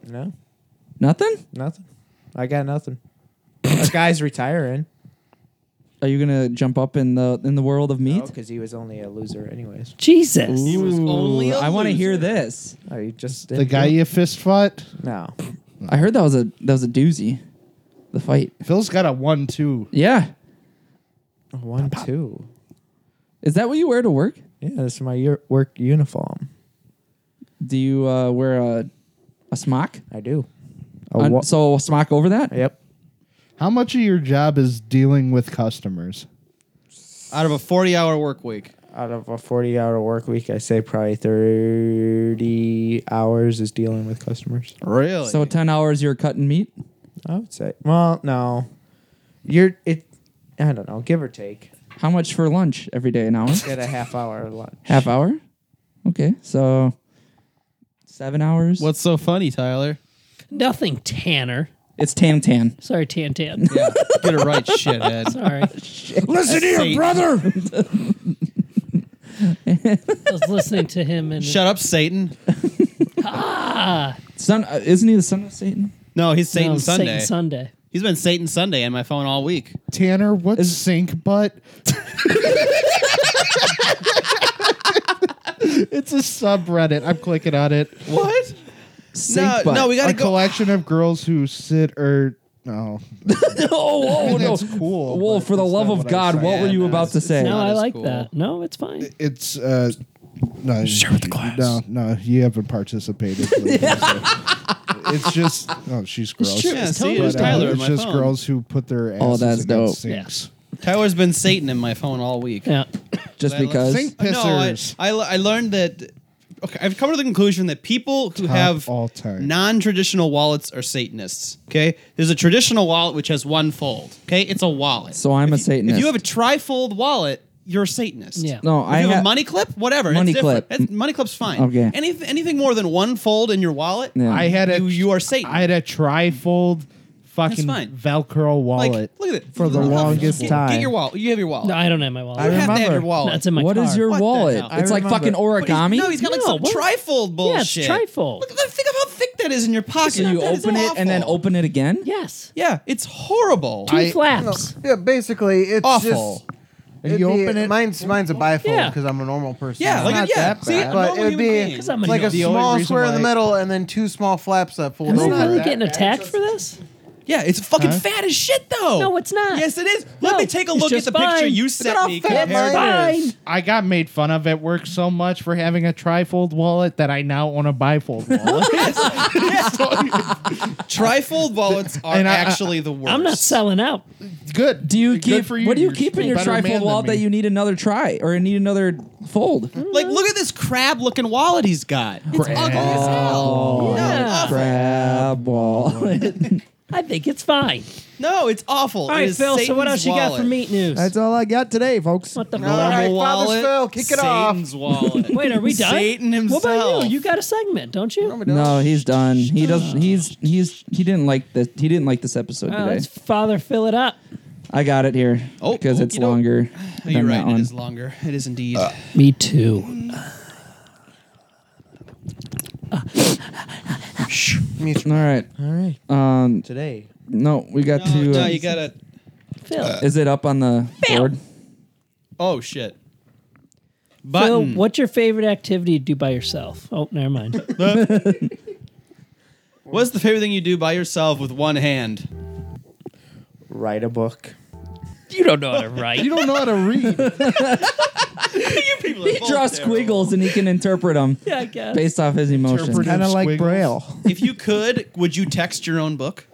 no,
Nothing.
nothing. I got nothing. A guy's retiring.
Are you gonna jump up in the in the world of meat?
because Oh, he was only a loser, anyways.
Jesus.
only a
I want to hear
loser.
this.
No, you Oh, just
The guy you fist fought.
No,
I heard that was a that was a doozy. The fight.
Phil's got a one-two.
Yeah.
one two.
Is that what you wear to work?
Yeah, this is my year- work uniform.
Do you uh, wear a a smock?
I do. A
Uh,
wa-
so a smock over that?
yep.
How much of your job is dealing with customers?
Out of a forty-hour work week,
Out of a forty-hour work week, I say probably thirty hours is dealing with customers.
really?
So ten hours you're cutting meat.
I would say. Well, no, you're it. I don't know, give or take.
How much for lunch every day? An hour?
Get a half hour lunch.
Half hour? Okay, so seven hours.
what's so funny, Tyler?
Nothing, Tanner.
It's tan tan.
Sorry, Tan Tan.
Yeah, get it right, shithead.
Sorry. I
Listen here,
brother.
was listening to him and
Shut up, Satan.
Son, uh, isn't he the son of Satan?
No, he's Satan
No,
Sunday.
Satan Sunday.
he's been Satan Sunday on my phone all week.
Tanner, what's sink butt? it's a subreddit. I'm clicking on it.
What?
Sink
no,
butt.
no, we gotta
A
go.
collection of girls who sit or no.
oh, oh no!
That's cool.
Well,
but
for the
that's
love
not
of
what I
God,
said.
what were
Yeah,
you
no,
about
it's-
to
it's
say?
No,
Not
I
as
like
cool.
that. No, it's fine.
It's uh no share with the class. No, no, you haven't participated. it's just oh, she's gross.
true.
Yeah,
It's
see,
totally
there's
But, uh,
Tyler on
it's
my
just
phone.
girls who put their asses
Oh, that's
against
dope.
Yeah.
sinks.
Tyler's been Satan in my phone all week.
Yeah.
Just
Well,
because.
Sink
No,
pissers.
I, I, I learned that. Okay, I've come to the conclusion that people who
Top
have
all time.
non-traditional wallets are Satanists. Okay, there's a traditional wallet which has one fold. Okay, it's a wallet.
So I'm a
If
Satanist.
you have a trifold wallet, you're a Satanist.
Yeah.
no,
If
I
you have
ha-
a money clip, whatever.
Money
it's different.
clip.
It's- money clip's fine.
Okay.
Any, anything more than one fold in your wallet,
Yeah.
I had a
you, you are Satan.
I had a trifold fucking
That's fine.
Velcro
like,
wallet.
look at it.
For the
Look how-
longest
get, Get
time.
your wallet. You have your wallet.
No, I don't have my wallet.
you have to have
remember.
your wallet.
That's in my
What
car.
is your
What the
wallet?
hell? I
It's like
remember.
fucking
But he's-
origami.
No, he's got like
No,
some
what-
trifold
Yeah, it's
bullshit.
trifold.
Look at that. Think of how thick that is in your pocket.
so you
That is
open it and then
awful.
open it again.
Yes.
Yeah, it's horrible.
Two flaps.
Yeah, basically, it's
awful.
just. it'd
you
be-
open it-
mine's mine's a bifold
Yeah.
because I'm a normal person.
yeah, like
It's
a, yeah.
that
See,
bad.
a
But
normal
it'd
human
be-
being.
'Cause I'm a
like a
nerd.
The only
small
reason
square in the
why-
middle, and then two small flaps that fold
Am I
over.
really
that
getting
bad.
attacked for this?
Yeah, it's fucking fat as shit though.
No, it's not.
Yes, it is. Let
No,
me take a
it's
look at
just
the picture
fine.
you
Look
sent
how
me.
fat
compared to-
mine
Fine.
I got made fun of at work so much for having a trifold wallet that I now own a bifold wallet.
Trifold wallets are
And I-
actually the worst.
I'm not selling out.
Good.
Do you
Good
keep
for you.
what do you
You're
keep in
a
your
better man
trifold
than
wallet that
me.
you need another try or need another fold?
Like, look at this crab looking wallet he's got. It's ugly as hell. No,
Yeah.
it's awful.
Crab wallet.
I think it's fine.
No, it's awful.
All right, Phil. So what else you got for meat news?
That's all I got today, folks.
what the
Normal
fuck?
right, Father
wallet.
Phil, kick it off.
Satan's wallet.
Wait, are we done?
Satan himself.
What about you? You got a segment, don't you?
No, he's done. He doesn't. He's he's he didn't like this. He didn't like this episode
Well,
today.
let's father fill it up.
I got it here
Oh,
because it's
you know-
longer
Oh, you're
than that
right. It
one.
is longer. It is indeed.
Me too.
All right.
All right.
Um.
Today.
No, we got
no,
to.
no,
uh,
you gotta.
Phil.
Is it up on the board?
Oh shit.
Phil,
Button.
what's your favorite activity to do by yourself? Oh, never mind.
What's the favorite thing you do by yourself with one hand?
Write a book.
you don't know how to write.
You don't know how to read.
you people. Are
He draws squiggles and he can interpret them
yeah, I guess.
based off his emotions.
Interpret-
Kind of like
Squiggles.
Braille.
If you could, would you text your own book?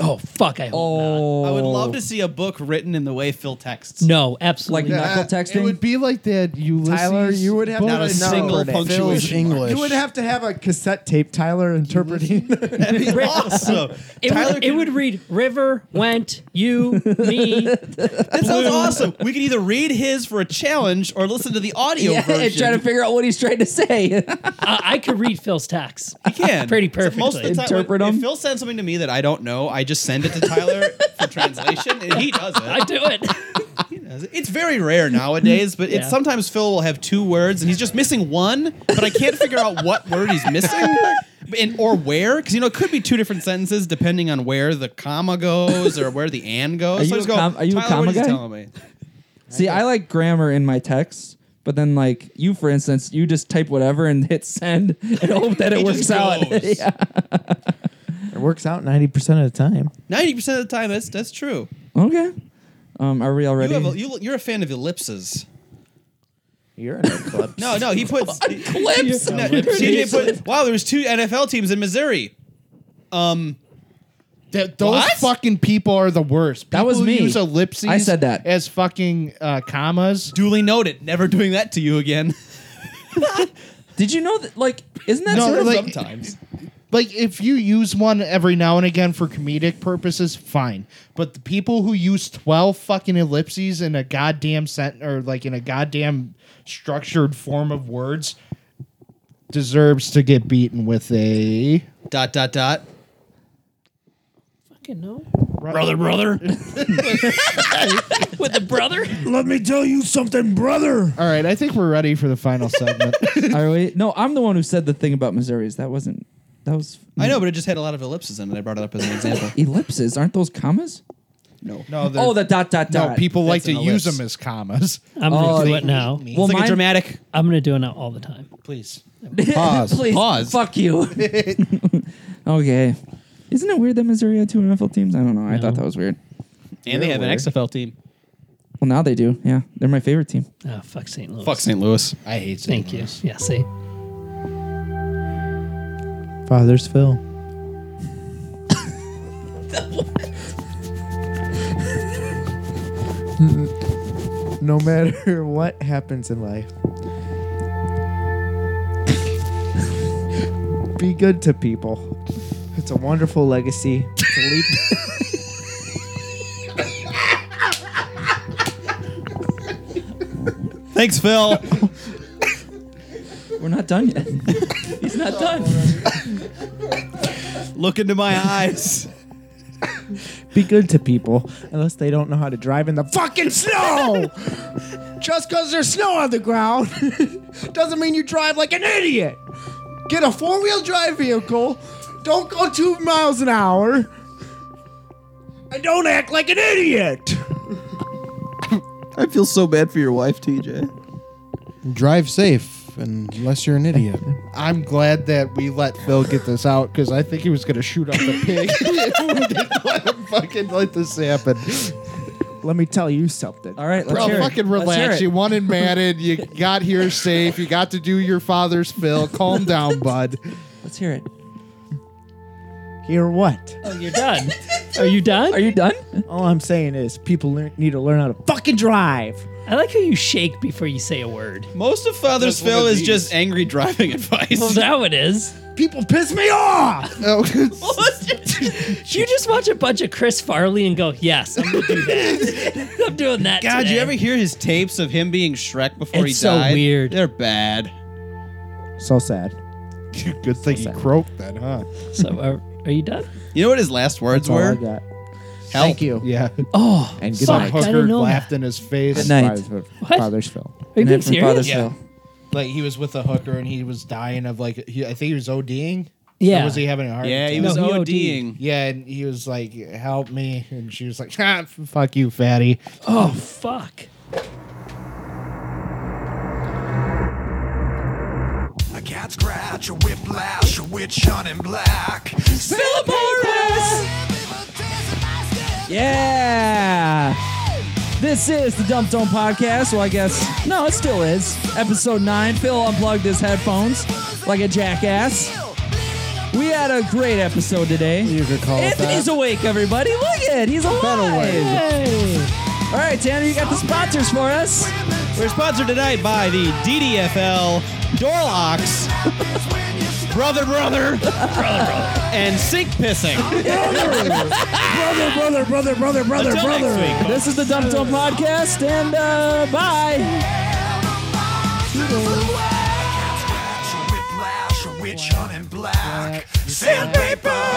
Oh fuck! I hope not.
Oh,
I would love to see a book written in the way Phil texts.
No, absolutely
Like
not.
knuckle
It
texting.
would be like that Ulysses.
Tyler, you would have
book.
Not a
to
single
interpret it.
Phil's
punctuation.
English.
You would have to have a cassette tape, Tyler, interpreting.
That'd be awesome.
It
Tyler
would, it
could-
would read river went you me Uh,
that sounds awesome. We could either read his for a challenge or listen to the audio
yeah,
version.
and try to figure out what he's trying to say.
I, I could read Phil's text.
You can
Pretty
So Most of the
perfectly.
time,
Interpret
when,
'em.
if Phil sends something to me that I don't know, I just send it to Tyler for translation, and he does it.
I do it.
He does it. It's very rare nowadays, but it's
Yeah.
sometimes Phil will have two words and he's just missing one, but I can't figure out what word he's missing. And, or where, because you know, it could be two different sentences depending on where the comma goes or where the and goes.
Are
so
you
I just
a
go,
com- are you a
Tyler, what
comma
is he
guy?
telling me?
See, I like grammar in my text, but then like you, for instance, you just type whatever and hit send and hope that it
He
works
just
out.
goes.
yeah.
it works out 90% of the time.
Ninety percent of the time, that's that's true.
Okay. Um, are we
You
already?
have a, you, you're a fan of ellipses.
You're an eclipse.
No, no, he puts
Clips.
No, CJ put, wow, there was two NFL teams in Missouri. Um,
Th- those
What?
fucking people are the worst.
That was
People
me.
Use ellipses.
I said that.
as fucking uh, commas.
duly noted. Never doing that to you again.
Did you know that? Like, isn't that
No,
sort of
like-
Sometimes.
Like if you use one every now and again for comedic purposes, fine. But the people who use twelve fucking ellipses in a goddamn sentence or like in a goddamn structured form of words deserves to get beaten with a
Dot dot dot.
Fucking no.
brother.
With a brother?
Let me tell you something, brother.
All right, I think we're ready for the final segment.
Are we? No, I'm the one who said the thing about Missouri's. That wasn't. That was.
I know, but it just had a lot of ellipses in it. I brought it up as an example.
Ellipses aren't those commas?
no.
no, they're-
Oh, the dot dot
no.
dot.
People like to
an
use
ellipse.
them as commas.
I'm gonna
Oh,
do
they
it now.
Well,
it's like
mine-
a dramatic.
I'm gonna do it now all the time.
Please.
Pause.
Please,
Pause.
Fuck you. okay. Isn't it weird that Missouri had two NFL teams? I don't know. I
No.
thought that was weird.
And they have an XFL team.
Well, now they do. Yeah, they're my favorite team.
Oh, fuck St. Louis.
Fuck St. Louis.
I hate St.
Thank you. Yeah, see.
Father's Phil. no matter what happens in life, be good to people. It's a wonderful legacy. It's a leap-
Thanks, Phil.
We're not done yet. He's not done.
Look into my eyes.
be good to people, unless they don't know how to drive in the fucking snow. Just because there's snow on the ground doesn't mean you drive like an idiot. Get a four wheel drive vehicle. Don't go two miles an hour. And don't act like an idiot.
I feel so bad for your wife, TJ.
Drive safe. unless you're an idiot.
I'm glad that we let Phil get this out because I think he was gonna shoot up the pig. if we didn't let him fucking let this happen.
Let me tell you something.
All right, let's
Bro,
hear
fucking
it. Let's hear
relax.
it.
You won in Madden. You got here safe. You got to do your father's Phil. Calm down, bud.
Let's hear it.
Hear what?
Oh, you're done. Are you done?
Are you done?
All I'm saying is people learn, need to learn how to fucking drive.
I like how you shake before you say a word.
Most of Father's
Just one of
Phil is
these.
just angry driving advice.
Well, now it is.
People piss me off.
Oh,
you just watch a bunch of Chris Farley and go, yes, I'm gonna do that. I'm doing that.
God,
today.
you ever hear his tapes of him being Shrek before
It's
he
so
died?
weird.
They're bad.
So sad.
Good thing he croaked then, huh?
So, are, are you done?
You know what his last words
That's all I
were?
got.
Help.
Thank you.
Yeah.
Oh,
And
fuck,
good
Some
night.
I
hooker
didn't know
laughed
that.
in his face.
Good night.
Father's,
What?
father's Phil.
Are you
Good
being
night from Father's
serious?
Phil.
Like he was with a hooker and he was dying of like he, I think he was ODing.
Yeah.
Or was he having a heart?
Yeah, he
attack?
was
No, he OD'd.
ODing.
Yeah, and he was like, "Help me!" And she was like, "Ha, f-
"Ah, Fuck you, fatty.
Oh, fuck.
A cat scratch, a whiplash, a witch hunt in black.
Yeah. This is the Dump Dome Podcast. Well, I guess, no, it still is. Episode 9. Phil unplugged his headphones like a jackass. We had a great episode today. You could call Anthony's awake, everybody. Look at it. He's alive. Hey. All right, Tanner, you got the sponsors for us.
We're sponsored tonight by the DDFL door locks. brother, brother, brother, brother, and sink pissing.
Brother, brother, brother, brother, brother,
Until next week, folks.
This is the Dump Dome Podcast, and uh, bye.
Cat scratch, a whiplash, a witch hunt in black. Sandpaper!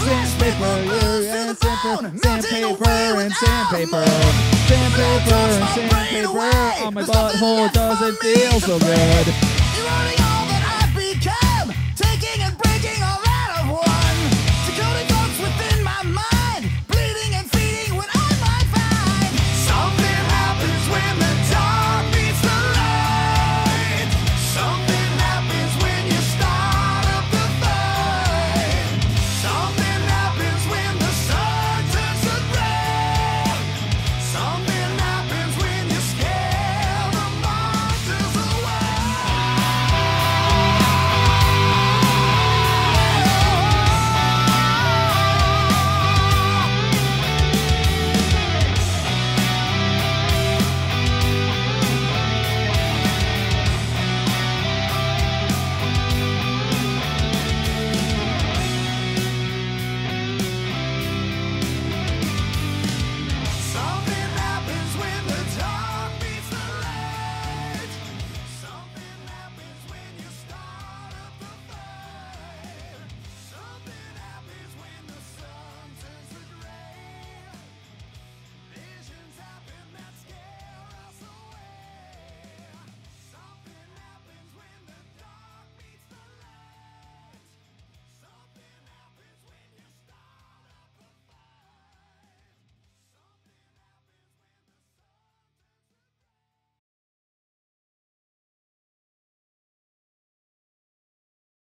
Sandpaper, and sandpaper, sandpaper, and sandpaper, sandpaper, and sandpaper.
Oh, my butthole doesn't feel so good.